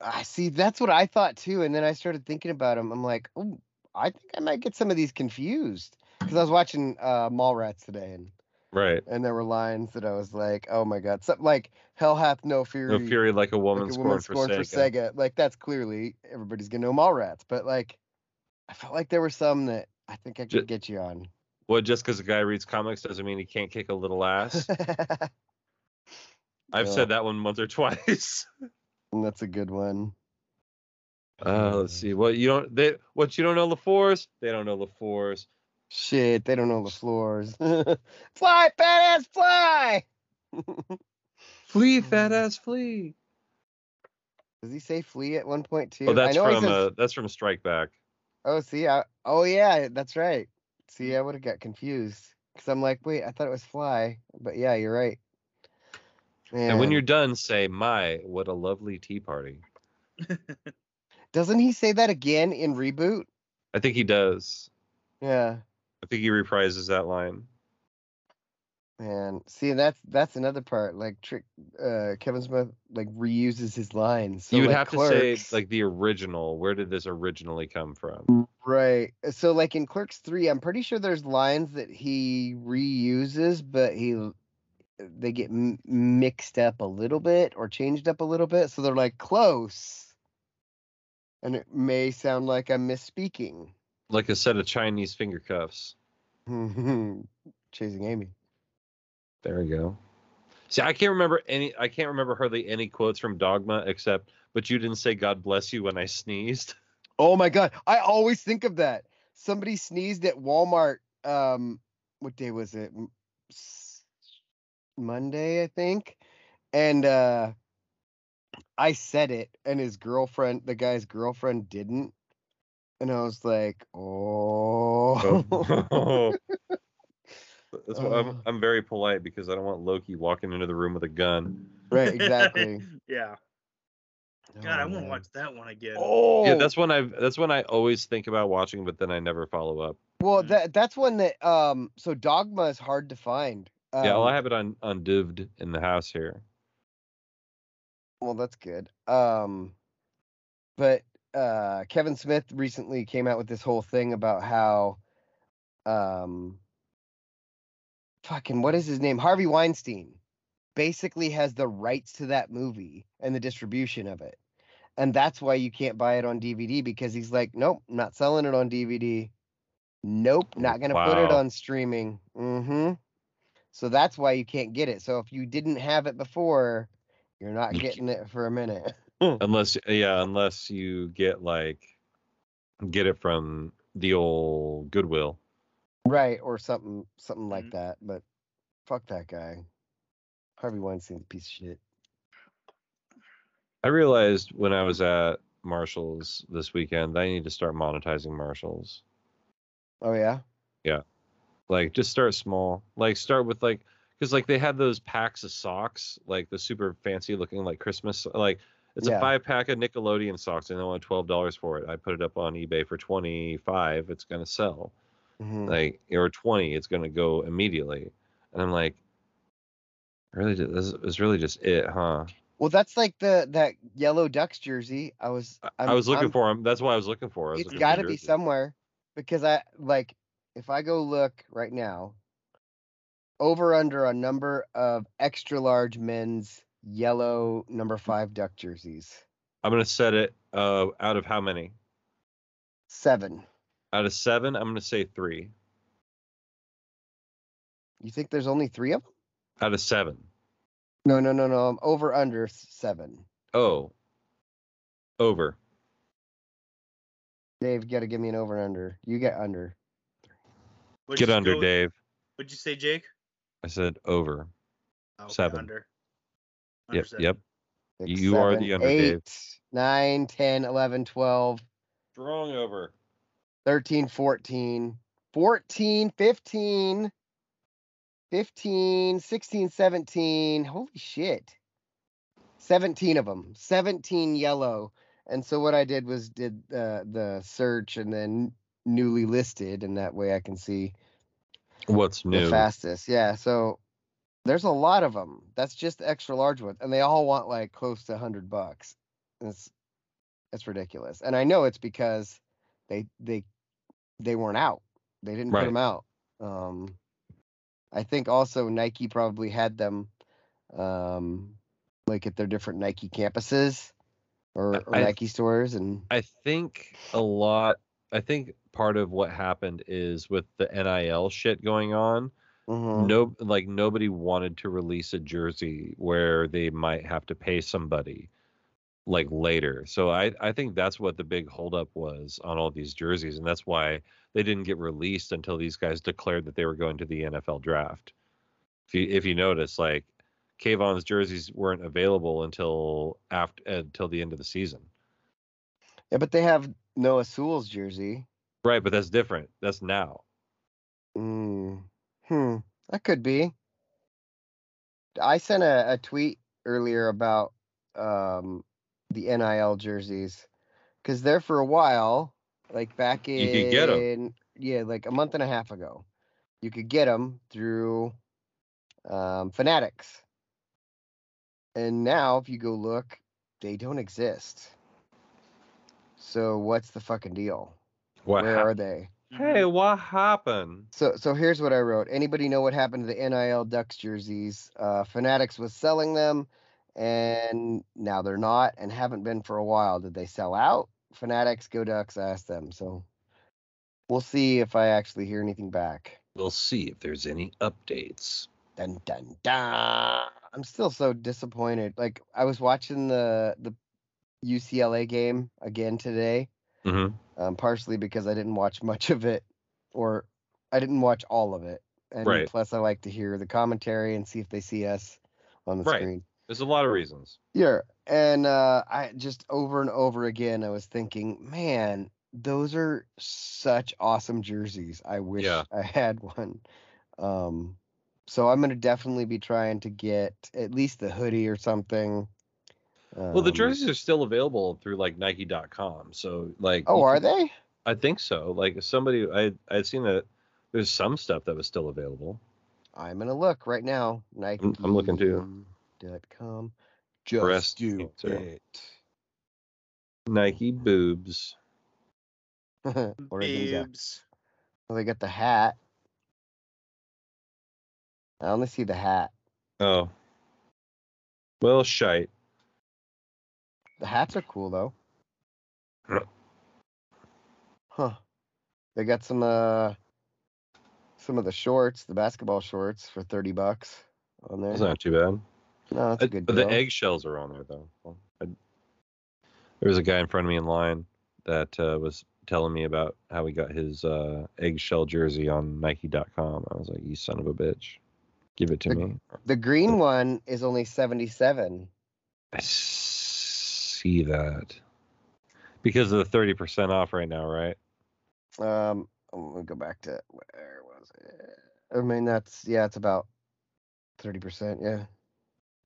[SPEAKER 2] I see. That's what I thought too, and then I started thinking about them. I'm like, oh, I think I might get some of these confused because I was watching uh, Mallrats today, and
[SPEAKER 1] Right.
[SPEAKER 2] and there were lines that I was like, oh my god, something like "Hell hath no fury."
[SPEAKER 1] No fury like a woman,
[SPEAKER 2] like a
[SPEAKER 1] scorned,
[SPEAKER 2] woman
[SPEAKER 1] for,
[SPEAKER 2] scorned for
[SPEAKER 1] Sega.
[SPEAKER 2] Sega. Like that's clearly everybody's gonna know Mallrats, but like I felt like there were some that I think I could
[SPEAKER 1] Ju-
[SPEAKER 2] get you on.
[SPEAKER 1] Well, just because a guy reads comics doesn't mean he can't kick a little ass. I've
[SPEAKER 2] Yeah.
[SPEAKER 1] said that one once or twice.
[SPEAKER 2] And that's a good one.
[SPEAKER 1] Uh, let's see. What you don't they what you don't know the force, they don't know the force.
[SPEAKER 2] Shit, they don't know the floors. fly, fat ass, fly.
[SPEAKER 1] Flee,
[SPEAKER 2] fat
[SPEAKER 1] fat ass,
[SPEAKER 2] ass,
[SPEAKER 1] flee.
[SPEAKER 2] Does he say flea at one point too?
[SPEAKER 1] Oh, that's
[SPEAKER 2] I know he
[SPEAKER 1] from
[SPEAKER 2] says,
[SPEAKER 1] uh, that's from Strike Back.
[SPEAKER 2] Oh, see, I, oh yeah, that's right.
[SPEAKER 1] Mm.
[SPEAKER 2] See, I would have got confused because I'm like, wait, I thought it was fly, but yeah, you're right.
[SPEAKER 1] And when
[SPEAKER 2] Man.
[SPEAKER 1] you're done, say, "My, what a lovely tea party."
[SPEAKER 2] doesn't he say that again in reboot?
[SPEAKER 1] I think he does.
[SPEAKER 2] Yeah.
[SPEAKER 1] I think he reprises that line.
[SPEAKER 2] Man, see, that's that's another part. Like, trick, uh, Kevin Smith like reuses his lines. So,
[SPEAKER 1] you would
[SPEAKER 2] like,
[SPEAKER 1] have to
[SPEAKER 2] Clerks- Mm.
[SPEAKER 1] say like the original. Where did this originally come from?
[SPEAKER 2] right. uh, So, like in Clerks three, I'm pretty sure there's lines that he reuses, but he uh, they get m- mixed up a little bit or changed up a little bit, so they're like close, and it may sound like I'm misspeaking.
[SPEAKER 1] Like a set of Chinese finger cuffs.
[SPEAKER 2] Chasing Amy.
[SPEAKER 1] There we go. See, I can't remember any. I can't remember hardly any quotes from Dogma except, "But you didn't say God bless you when I sneezed."
[SPEAKER 2] Oh my god, I always think of that. Somebody sneezed at Walmart. Um, what day was it? M- s- Monday, I think. And uh, I said it, and his girlfriend, the guy's girlfriend, didn't. And I was like, oh.
[SPEAKER 1] Oh. That's why I'm,
[SPEAKER 2] Oh.
[SPEAKER 1] I'm very polite because I don't want Loki walking into the room with a gun.
[SPEAKER 2] right, exactly.
[SPEAKER 3] Yeah.
[SPEAKER 1] Oh,
[SPEAKER 3] God, I won't watch that one again.
[SPEAKER 2] Oh,
[SPEAKER 1] Yeah, that's when I that's when I always think about watching, but then I never follow up.
[SPEAKER 2] well.
[SPEAKER 3] Mhm.
[SPEAKER 2] That that's one that um. So dogma is hard to find. Um,
[SPEAKER 1] yeah, well, I have it on on Divd in the house here.
[SPEAKER 2] Well, that's good. Um, but uh, Kevin Smith recently came out with this whole thing about how, um, fucking what is his name? Harvey Weinstein basically has the rights to that movie and the distribution of it, and that's why you can't buy it on DVD because he's like, nope, not selling it on DVD. Nope, not gonna put it
[SPEAKER 1] Oh, Wow.
[SPEAKER 2] on streaming. Mm-hmm. So that's why you can't get it. So if you didn't have it before, you're not
[SPEAKER 1] You
[SPEAKER 2] getting it for a minute.
[SPEAKER 1] Unless yeah, unless you get like get it from the old Goodwill.
[SPEAKER 2] Right, or something something like
[SPEAKER 3] Mhm.
[SPEAKER 1] Mm-hmm.
[SPEAKER 2] that. But fuck that guy. Harvey Weinstein's a piece of shit.
[SPEAKER 1] I realized when I was at Marshalls this weekend, I need to start monetizing Marshalls.
[SPEAKER 2] Oh yeah?
[SPEAKER 1] Like just start small. Like start with like because like they had those packs of socks, like the super fancy looking like Christmas like it's
[SPEAKER 2] Yeah.
[SPEAKER 1] a five pack of Nickelodeon socks and they want twelve dollars for it. I put it up on eBay for twenty five. It's gonna sell.
[SPEAKER 2] Mhm.
[SPEAKER 1] like or 20 it's going to go immediately and i'm like really ju- this is really just it huh
[SPEAKER 2] Well that's like the that yellow ducks jersey. I was
[SPEAKER 1] i
[SPEAKER 2] I'm,
[SPEAKER 1] was looking
[SPEAKER 2] I'm-
[SPEAKER 1] for him that's why i was looking for it. I was
[SPEAKER 2] it's
[SPEAKER 1] looking for
[SPEAKER 2] gotta be
[SPEAKER 1] jerseys.
[SPEAKER 2] somewhere because I like if I go look right now, over under a number of extra large men's yellow number
[SPEAKER 1] Mm-hmm.
[SPEAKER 2] five duck jerseys.
[SPEAKER 1] i'm going to set it uh, out of how many
[SPEAKER 2] Seven.
[SPEAKER 1] out of seven i'm going to say three
[SPEAKER 2] You think there's only three of them?
[SPEAKER 1] out of seven
[SPEAKER 2] No, no, no, no. I'm over under s- seven.
[SPEAKER 1] Oh. Over.
[SPEAKER 2] Dave, you got to give me an over and under. You get under.
[SPEAKER 3] What'd
[SPEAKER 1] Get
[SPEAKER 3] you
[SPEAKER 1] under,
[SPEAKER 3] go-
[SPEAKER 1] Dave.
[SPEAKER 3] What'd you say, Jake?
[SPEAKER 1] I said over.
[SPEAKER 3] Oh, okay,
[SPEAKER 1] Seven.
[SPEAKER 3] Under. Under
[SPEAKER 1] Yep.
[SPEAKER 3] seven.
[SPEAKER 1] Yep.
[SPEAKER 2] Six,
[SPEAKER 1] You are the under, Dave.
[SPEAKER 2] eight, nine, 10, 11, 12,
[SPEAKER 1] Strong over.
[SPEAKER 2] 13, 14, 14, 15, 15, 16, 17. Holy shit. 17 of them. 17 yellow. And so what I did was did uh, the search and then newly listed, and that way I can see
[SPEAKER 1] What's new?
[SPEAKER 2] the fastest. Yeah. So there's a lot of them. That's just the extra large ones, and they all want like close to hundred bucks. And It's it's ridiculous, and I know it's because they they they weren't out. They didn't 'em put
[SPEAKER 1] Right.
[SPEAKER 2] them out. Um, I think also Nike probably had them, um, like at their different Nike campuses or, or
[SPEAKER 1] I-
[SPEAKER 2] Nike stores, and
[SPEAKER 1] I think a lot. I think part of what happened is with the NIL shit going on.
[SPEAKER 2] Mhm.
[SPEAKER 1] No, like nobody wanted to release a jersey where they might have to pay somebody like later. So I I think that's what the big holdup was on all these jerseys, and that's why they didn't get released until these guys declared that they were going to the NFL draft. If you if you notice, like Kayvon's jerseys weren't available until after until the end of the season.
[SPEAKER 2] yeah, but they have Noah Sewell's jersey.
[SPEAKER 1] Right, but that's different. That's now.
[SPEAKER 2] Mm. Hmm. That could be. I sent a, a tweet earlier about um, the NIL jerseys because there for a while, like back in,
[SPEAKER 1] You could get 'em.
[SPEAKER 2] yeah, like a month and a half ago, you could get them through um, Fanatics. And now, if you go look, they don't exist. So what's the fucking deal?
[SPEAKER 1] What
[SPEAKER 2] Where
[SPEAKER 1] hap-
[SPEAKER 2] are they?
[SPEAKER 1] Hey, what happened?
[SPEAKER 2] So so here's what I wrote. Anybody know what happened to the NIL Ducks jerseys? Uh, Fanatics was selling them, and now they're not, and haven't been for a while. Did they sell out? Fanatics, go Ducks. Ask them. So we'll see if I actually hear anything back.
[SPEAKER 1] We'll see if there's any updates.
[SPEAKER 2] Dun dun dun. I'm still so disappointed. Like I was watching the the UCLA game again today,
[SPEAKER 1] Mm-hmm.
[SPEAKER 2] um, partially because I didn't watch much of it, or I didn't watch all of it. And
[SPEAKER 1] Right.
[SPEAKER 2] plus, I like to hear the commentary and see if they see us on the
[SPEAKER 1] Right.
[SPEAKER 2] screen.
[SPEAKER 1] There's a lot of reasons.
[SPEAKER 2] Yeah. And uh, I just over and over again, I was thinking, man, those are such awesome jerseys. I wish
[SPEAKER 1] Yeah.
[SPEAKER 2] I had one. Um, so I'm gonna definitely be trying to get at least the hoodie or something.
[SPEAKER 1] well, the
[SPEAKER 2] Um,
[SPEAKER 1] jerseys are still available through like Nike.com. So like,
[SPEAKER 2] Oh,
[SPEAKER 1] you
[SPEAKER 2] are
[SPEAKER 1] can-
[SPEAKER 2] they?
[SPEAKER 1] I think so. Like if somebody, I I'd seen that there's some stuff that was still available.
[SPEAKER 2] I'm gonna look right now. Nike.
[SPEAKER 1] I'm- I'm looking too.
[SPEAKER 2] Dot com. Just
[SPEAKER 1] Breast
[SPEAKER 2] do
[SPEAKER 1] cancer.
[SPEAKER 2] it.
[SPEAKER 1] Nike boobs.
[SPEAKER 2] Oregon Duck.
[SPEAKER 3] Boobs.
[SPEAKER 2] Oh, they got the hat. I only see the hat.
[SPEAKER 1] Oh. Well, shite.
[SPEAKER 2] The hats are cool though.
[SPEAKER 1] Yeah.
[SPEAKER 2] Huh. They got some uh some of the shorts, the basketball shorts for thirty bucks on there.
[SPEAKER 1] That's not too bad.
[SPEAKER 2] no, that's
[SPEAKER 1] I-
[SPEAKER 2] a good
[SPEAKER 1] but
[SPEAKER 2] deal.
[SPEAKER 1] the eggshells are on there though. Well, I, there was a guy in front of me in line that uh, was telling me about how he got his uh, eggshell jersey on Nike.com. I was like, "You son of a bitch, give it to
[SPEAKER 2] The-
[SPEAKER 1] me."
[SPEAKER 2] The green one is only seventy seven.
[SPEAKER 1] I see that because of the thirty percent off right now, right?
[SPEAKER 2] Um, I'm gonna go back to where was it? I mean, that's yeah, it's about thirty percent. Yeah.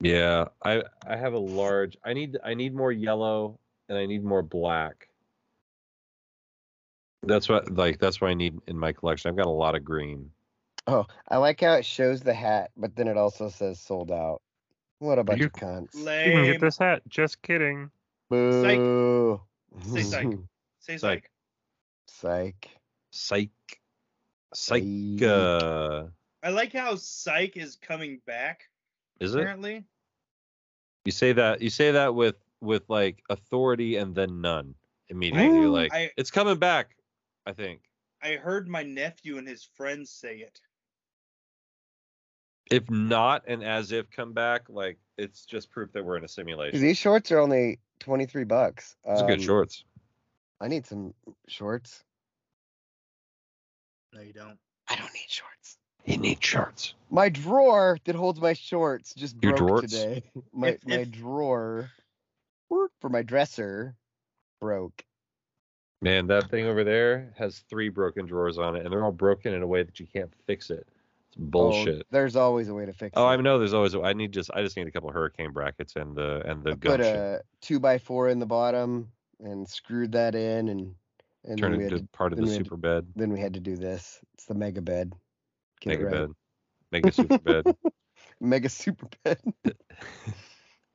[SPEAKER 1] Yeah, I I have a large. I need I need more yellow and I need more black. That's what like that's what I need in my collection. I've got a lot of green.
[SPEAKER 2] Oh, I like how it shows the hat, but then it also says sold out. What a bunch
[SPEAKER 4] you-
[SPEAKER 2] of cunts.
[SPEAKER 4] You can
[SPEAKER 3] Lame.
[SPEAKER 4] get this hat. Just kidding.
[SPEAKER 3] Psych.
[SPEAKER 2] Boo.
[SPEAKER 3] Say psych. Say
[SPEAKER 1] Psych.
[SPEAKER 3] psych.
[SPEAKER 2] Psych.
[SPEAKER 1] Psych. Psych.
[SPEAKER 2] Psych.
[SPEAKER 1] Uh,
[SPEAKER 3] I like how psych is coming back.
[SPEAKER 1] is it?
[SPEAKER 3] Apparently,
[SPEAKER 1] You say that. You say that with with like authority and then none immediately. You're like
[SPEAKER 3] I-
[SPEAKER 1] it's coming back. I think.
[SPEAKER 3] I heard my nephew and his friends say it.
[SPEAKER 1] If not an as if comeback, like it's just proof that we're in a simulation.
[SPEAKER 2] 'Cause these shorts are only 23 bucks.
[SPEAKER 1] It's good
[SPEAKER 2] Um,
[SPEAKER 1] shorts.
[SPEAKER 2] I need some shorts.
[SPEAKER 3] No, you don't.
[SPEAKER 2] I don't need shorts.
[SPEAKER 1] He needs shorts.
[SPEAKER 2] My drawer that holds my shorts just
[SPEAKER 1] Your
[SPEAKER 2] broke
[SPEAKER 1] drawers?
[SPEAKER 2] today. My
[SPEAKER 3] If-
[SPEAKER 2] my
[SPEAKER 3] if-
[SPEAKER 2] drawer for my dresser broke.
[SPEAKER 1] Man, that thing over there has three broken drawers on it, and they're all broken in a way that you can't fix it. It's
[SPEAKER 2] Oh,
[SPEAKER 1] bullshit.
[SPEAKER 2] there's always a way to fix
[SPEAKER 1] Oh,
[SPEAKER 2] it.
[SPEAKER 1] I know. There's always. I need just. I just need a couple hurricane brackets and the and the
[SPEAKER 2] I put
[SPEAKER 1] gumption.
[SPEAKER 2] a two by four in the bottom and screwed that in and and
[SPEAKER 1] Turn
[SPEAKER 2] then we,
[SPEAKER 1] it
[SPEAKER 2] had
[SPEAKER 1] into
[SPEAKER 2] to,
[SPEAKER 1] part of
[SPEAKER 2] then
[SPEAKER 1] the
[SPEAKER 2] we had to
[SPEAKER 1] super bed.
[SPEAKER 2] then we had to do this. It's the mega bed. Get
[SPEAKER 1] Make
[SPEAKER 2] it
[SPEAKER 1] a
[SPEAKER 2] right.
[SPEAKER 1] bed. Make a super bed.
[SPEAKER 2] Mega super bed.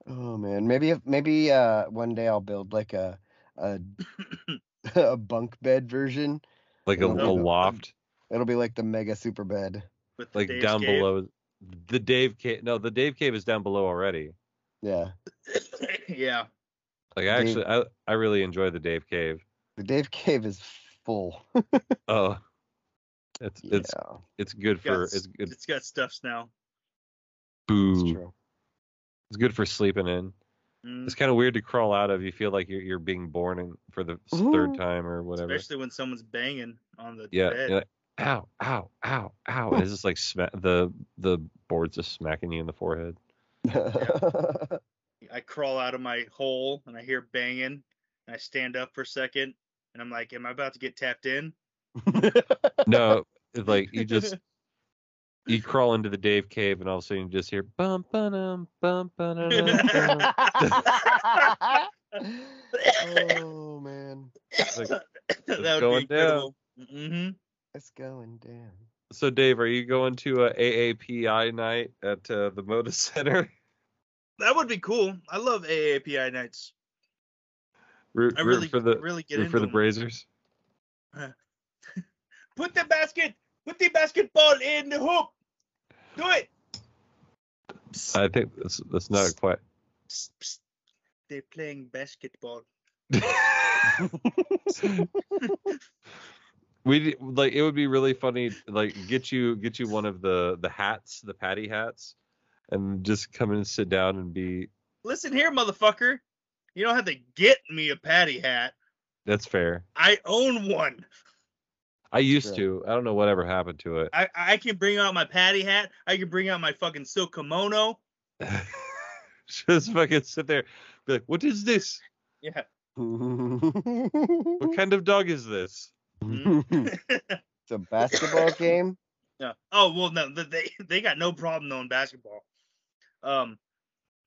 [SPEAKER 2] oh man, maybe if maybe uh one day I'll build like a a a bunk bed version.
[SPEAKER 1] Like a,
[SPEAKER 2] And
[SPEAKER 3] then
[SPEAKER 1] a
[SPEAKER 3] we
[SPEAKER 2] go-
[SPEAKER 1] loft.
[SPEAKER 2] It'll be like the mega super bed.
[SPEAKER 3] With the
[SPEAKER 1] Like
[SPEAKER 3] Dave's
[SPEAKER 1] down
[SPEAKER 3] Cave.
[SPEAKER 1] below. The Dave cave. No, the Dave cave is down below already.
[SPEAKER 2] Yeah.
[SPEAKER 3] yeah.
[SPEAKER 1] Like I
[SPEAKER 2] Dave-
[SPEAKER 1] actually, I I really enjoy the Dave cave.
[SPEAKER 2] The Dave Cave is full.
[SPEAKER 1] Oh, it's
[SPEAKER 2] yeah,
[SPEAKER 1] it's it's good
[SPEAKER 3] Got
[SPEAKER 1] for
[SPEAKER 3] s-
[SPEAKER 1] it's good.
[SPEAKER 3] it's got stuffs now.
[SPEAKER 2] it's
[SPEAKER 1] Boo.
[SPEAKER 2] true.
[SPEAKER 1] It's good for sleeping in.
[SPEAKER 3] Mm,
[SPEAKER 1] It's kind of weird to crawl out of. You feel like you're you're being born in, for the s-
[SPEAKER 2] Ooh.
[SPEAKER 1] third time or whatever.
[SPEAKER 3] especially when someone's banging on the
[SPEAKER 1] yeah.
[SPEAKER 3] bed.
[SPEAKER 1] You're like, ow, ow, ow, ow. And it's just like sma- the the board's just smacking you in the forehead.
[SPEAKER 3] I crawl out of my hole and I hear banging and I stand up for a second and I'm like, am I about to get tapped in?
[SPEAKER 1] No, it's like you just you crawl into the Dave cave and all of a sudden you just hear bum bum bum bum.
[SPEAKER 2] oh man,
[SPEAKER 1] like,
[SPEAKER 3] that
[SPEAKER 1] going
[SPEAKER 3] would be incredible. hmm
[SPEAKER 2] it's going down.
[SPEAKER 1] So Dave, are you going to a AAPI night at uh, the Moda Center?
[SPEAKER 3] That would be cool. I love AAPI nights.
[SPEAKER 1] root,
[SPEAKER 3] I
[SPEAKER 1] root
[SPEAKER 3] really,
[SPEAKER 1] for the
[SPEAKER 3] really get
[SPEAKER 1] root
[SPEAKER 3] into
[SPEAKER 1] for the
[SPEAKER 3] them.
[SPEAKER 1] Brazers.
[SPEAKER 3] Put the basket, put the basketball in the hoop. Do it. Psst,
[SPEAKER 1] I think that's that's not quite.
[SPEAKER 3] psst, psst. They're playing basketball.
[SPEAKER 1] We like it would be really funny like get you get you one of the the hats the patty hats, and just come in and sit down and be.
[SPEAKER 3] Listen here, motherfucker. You don't have to get me a patty hat.
[SPEAKER 1] That's fair.
[SPEAKER 3] I own one.
[SPEAKER 1] I used
[SPEAKER 2] true.
[SPEAKER 1] to. I don't know whatever happened to it.
[SPEAKER 3] I, I can bring out my patty hat. I can bring out my fucking silk kimono.
[SPEAKER 1] just fucking sit there, be like, what is this?
[SPEAKER 3] Yeah.
[SPEAKER 1] What kind of dog is this?
[SPEAKER 2] it's a basketball game.
[SPEAKER 3] Yeah. Oh well, no, th- they they got no problem knowing basketball. Um.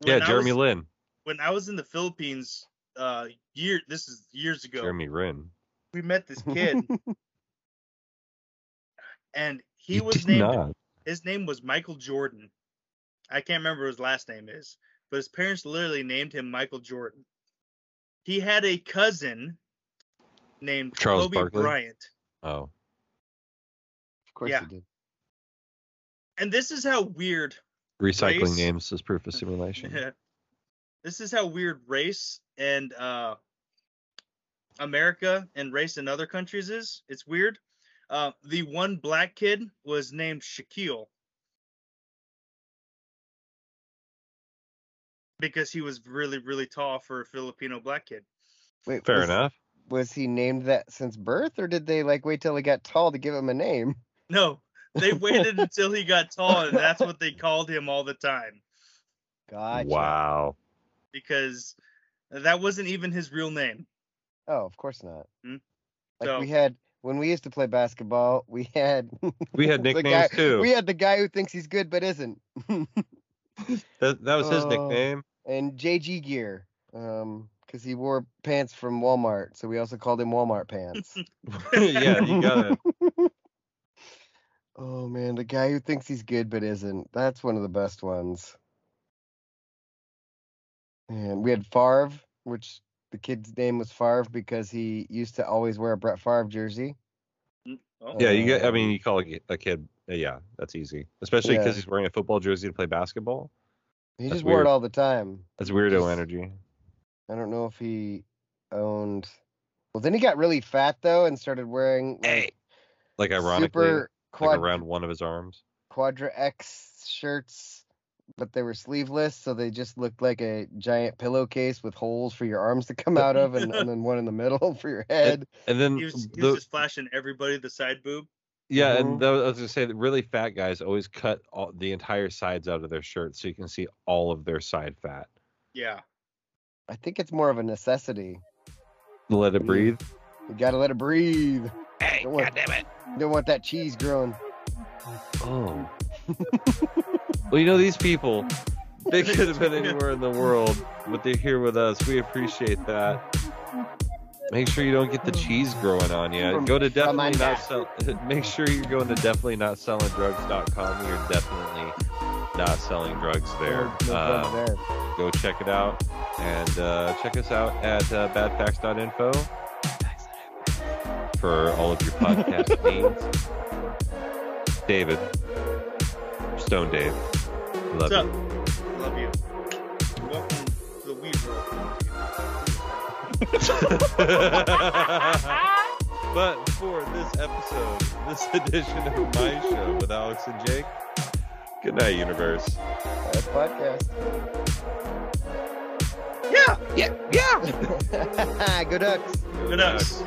[SPEAKER 1] Yeah,
[SPEAKER 3] when I
[SPEAKER 1] Jeremy
[SPEAKER 3] was,
[SPEAKER 1] Lin.
[SPEAKER 3] When I was in the Philippines, uh, year this is years ago.
[SPEAKER 1] Jeremy Lin.
[SPEAKER 3] We met this kid, and he
[SPEAKER 1] You
[SPEAKER 3] was
[SPEAKER 1] did
[SPEAKER 3] named.
[SPEAKER 1] not.
[SPEAKER 3] His name was Michael Jordan. I can't remember what his last name is, but his parents literally named him Michael Jordan. He had a cousin named
[SPEAKER 1] Charles
[SPEAKER 3] Kobe
[SPEAKER 1] Barkley?
[SPEAKER 3] Bryant.
[SPEAKER 1] Oh,
[SPEAKER 2] Of course
[SPEAKER 3] Yeah.
[SPEAKER 2] you did.
[SPEAKER 3] And this is how weird
[SPEAKER 1] recycling
[SPEAKER 3] Race.
[SPEAKER 1] names is proof of simulation.
[SPEAKER 3] this is how weird race and uh, America and race in other countries is. It's weird. Uh, the one black kid was named Shaquille because he was really, really tall for a Filipino black kid.
[SPEAKER 2] Wait,
[SPEAKER 1] Fair
[SPEAKER 2] was,
[SPEAKER 1] enough.
[SPEAKER 2] Was he named that since birth, or did they like wait till he got tall to give him a name?
[SPEAKER 3] No, they waited until he got tall, and that's what they called him all the time
[SPEAKER 2] Gotcha.
[SPEAKER 1] Wow.
[SPEAKER 3] because that wasn't even his real name.
[SPEAKER 2] Oh, of course not.
[SPEAKER 3] Hmm?
[SPEAKER 2] Like
[SPEAKER 3] So-
[SPEAKER 2] we had when we used to play basketball, we had
[SPEAKER 1] We had
[SPEAKER 2] the
[SPEAKER 1] nicknames
[SPEAKER 2] guy-
[SPEAKER 1] too.
[SPEAKER 2] We had the guy who thinks he's good but isn't,
[SPEAKER 1] that, that was his
[SPEAKER 2] Oh.
[SPEAKER 1] nickname.
[SPEAKER 2] and JG gear, um, because he wore pants from Walmart, so we also called him Walmart pants.
[SPEAKER 1] yeah, you got it.
[SPEAKER 2] oh man, the guy who thinks he's good but isn't. That's one of the best ones. And we had Favre, which the kid's name was Favre because he used to always wear a Brett Favre jersey.
[SPEAKER 3] Oh,
[SPEAKER 1] Yeah, you get. I
[SPEAKER 2] Um,
[SPEAKER 1] mean, you call a, a kid. uh, Yeah, that's easy. Especially
[SPEAKER 2] Yeah.
[SPEAKER 1] because he's wearing a football jersey to play basketball.
[SPEAKER 2] He
[SPEAKER 1] That's
[SPEAKER 2] just wore it
[SPEAKER 1] weird.
[SPEAKER 2] all the time.
[SPEAKER 1] That's weirdo
[SPEAKER 2] Just-
[SPEAKER 1] energy.
[SPEAKER 2] I don't know if he owned. Well, then he got really fat though and started wearing like,
[SPEAKER 1] Like ironically,
[SPEAKER 2] super
[SPEAKER 1] like
[SPEAKER 2] quad
[SPEAKER 1] around one of his arms.
[SPEAKER 2] Quadra X shirts, but they were sleeveless, so they just looked like a giant pillowcase with holes for your arms to come out of, and, and then one in the middle for your head.
[SPEAKER 1] And then
[SPEAKER 3] He was, he was
[SPEAKER 1] the,
[SPEAKER 3] just flashing everybody the side boob.
[SPEAKER 1] yeah,
[SPEAKER 2] Mhm.
[SPEAKER 1] and that, I was gonna say that really fat guys always cut all, the entire sides out of their shirts so you can see all of their side fat.
[SPEAKER 3] Yeah.
[SPEAKER 2] I think it's more of a necessity.
[SPEAKER 1] Let
[SPEAKER 2] Mm.
[SPEAKER 1] it breathe.
[SPEAKER 2] You gotta let it breathe.
[SPEAKER 1] Hey,
[SPEAKER 2] Don't worry.
[SPEAKER 1] goddamn it!
[SPEAKER 2] You don't want that cheese growing.
[SPEAKER 1] Oh. well, you know these people. They could have been anywhere in the world, but they're here with us. We appreciate that. Make sure you don't get the cheese growing on you.
[SPEAKER 2] From-
[SPEAKER 1] Go to
[SPEAKER 2] from my
[SPEAKER 1] definitely not
[SPEAKER 2] back.
[SPEAKER 1] sell. Make sure you're going to definitely not selling drugs.com. You're definitely not selling drugs there.
[SPEAKER 2] Oh, No- no
[SPEAKER 1] Uh,
[SPEAKER 2] drugs there.
[SPEAKER 1] go check it out and uh, check us out at uh, badfacts.info for all of your podcast needs. David, Stone Dave, love
[SPEAKER 3] What's
[SPEAKER 1] you.
[SPEAKER 3] up? Love you. Welcome to the weed world.
[SPEAKER 1] but for this episode, this edition of my show with Alex and Jake, good night, universe.
[SPEAKER 2] That's podcast.
[SPEAKER 3] Yeah.
[SPEAKER 1] Yeah, yeah.
[SPEAKER 2] Go Ducks.
[SPEAKER 3] Good ups.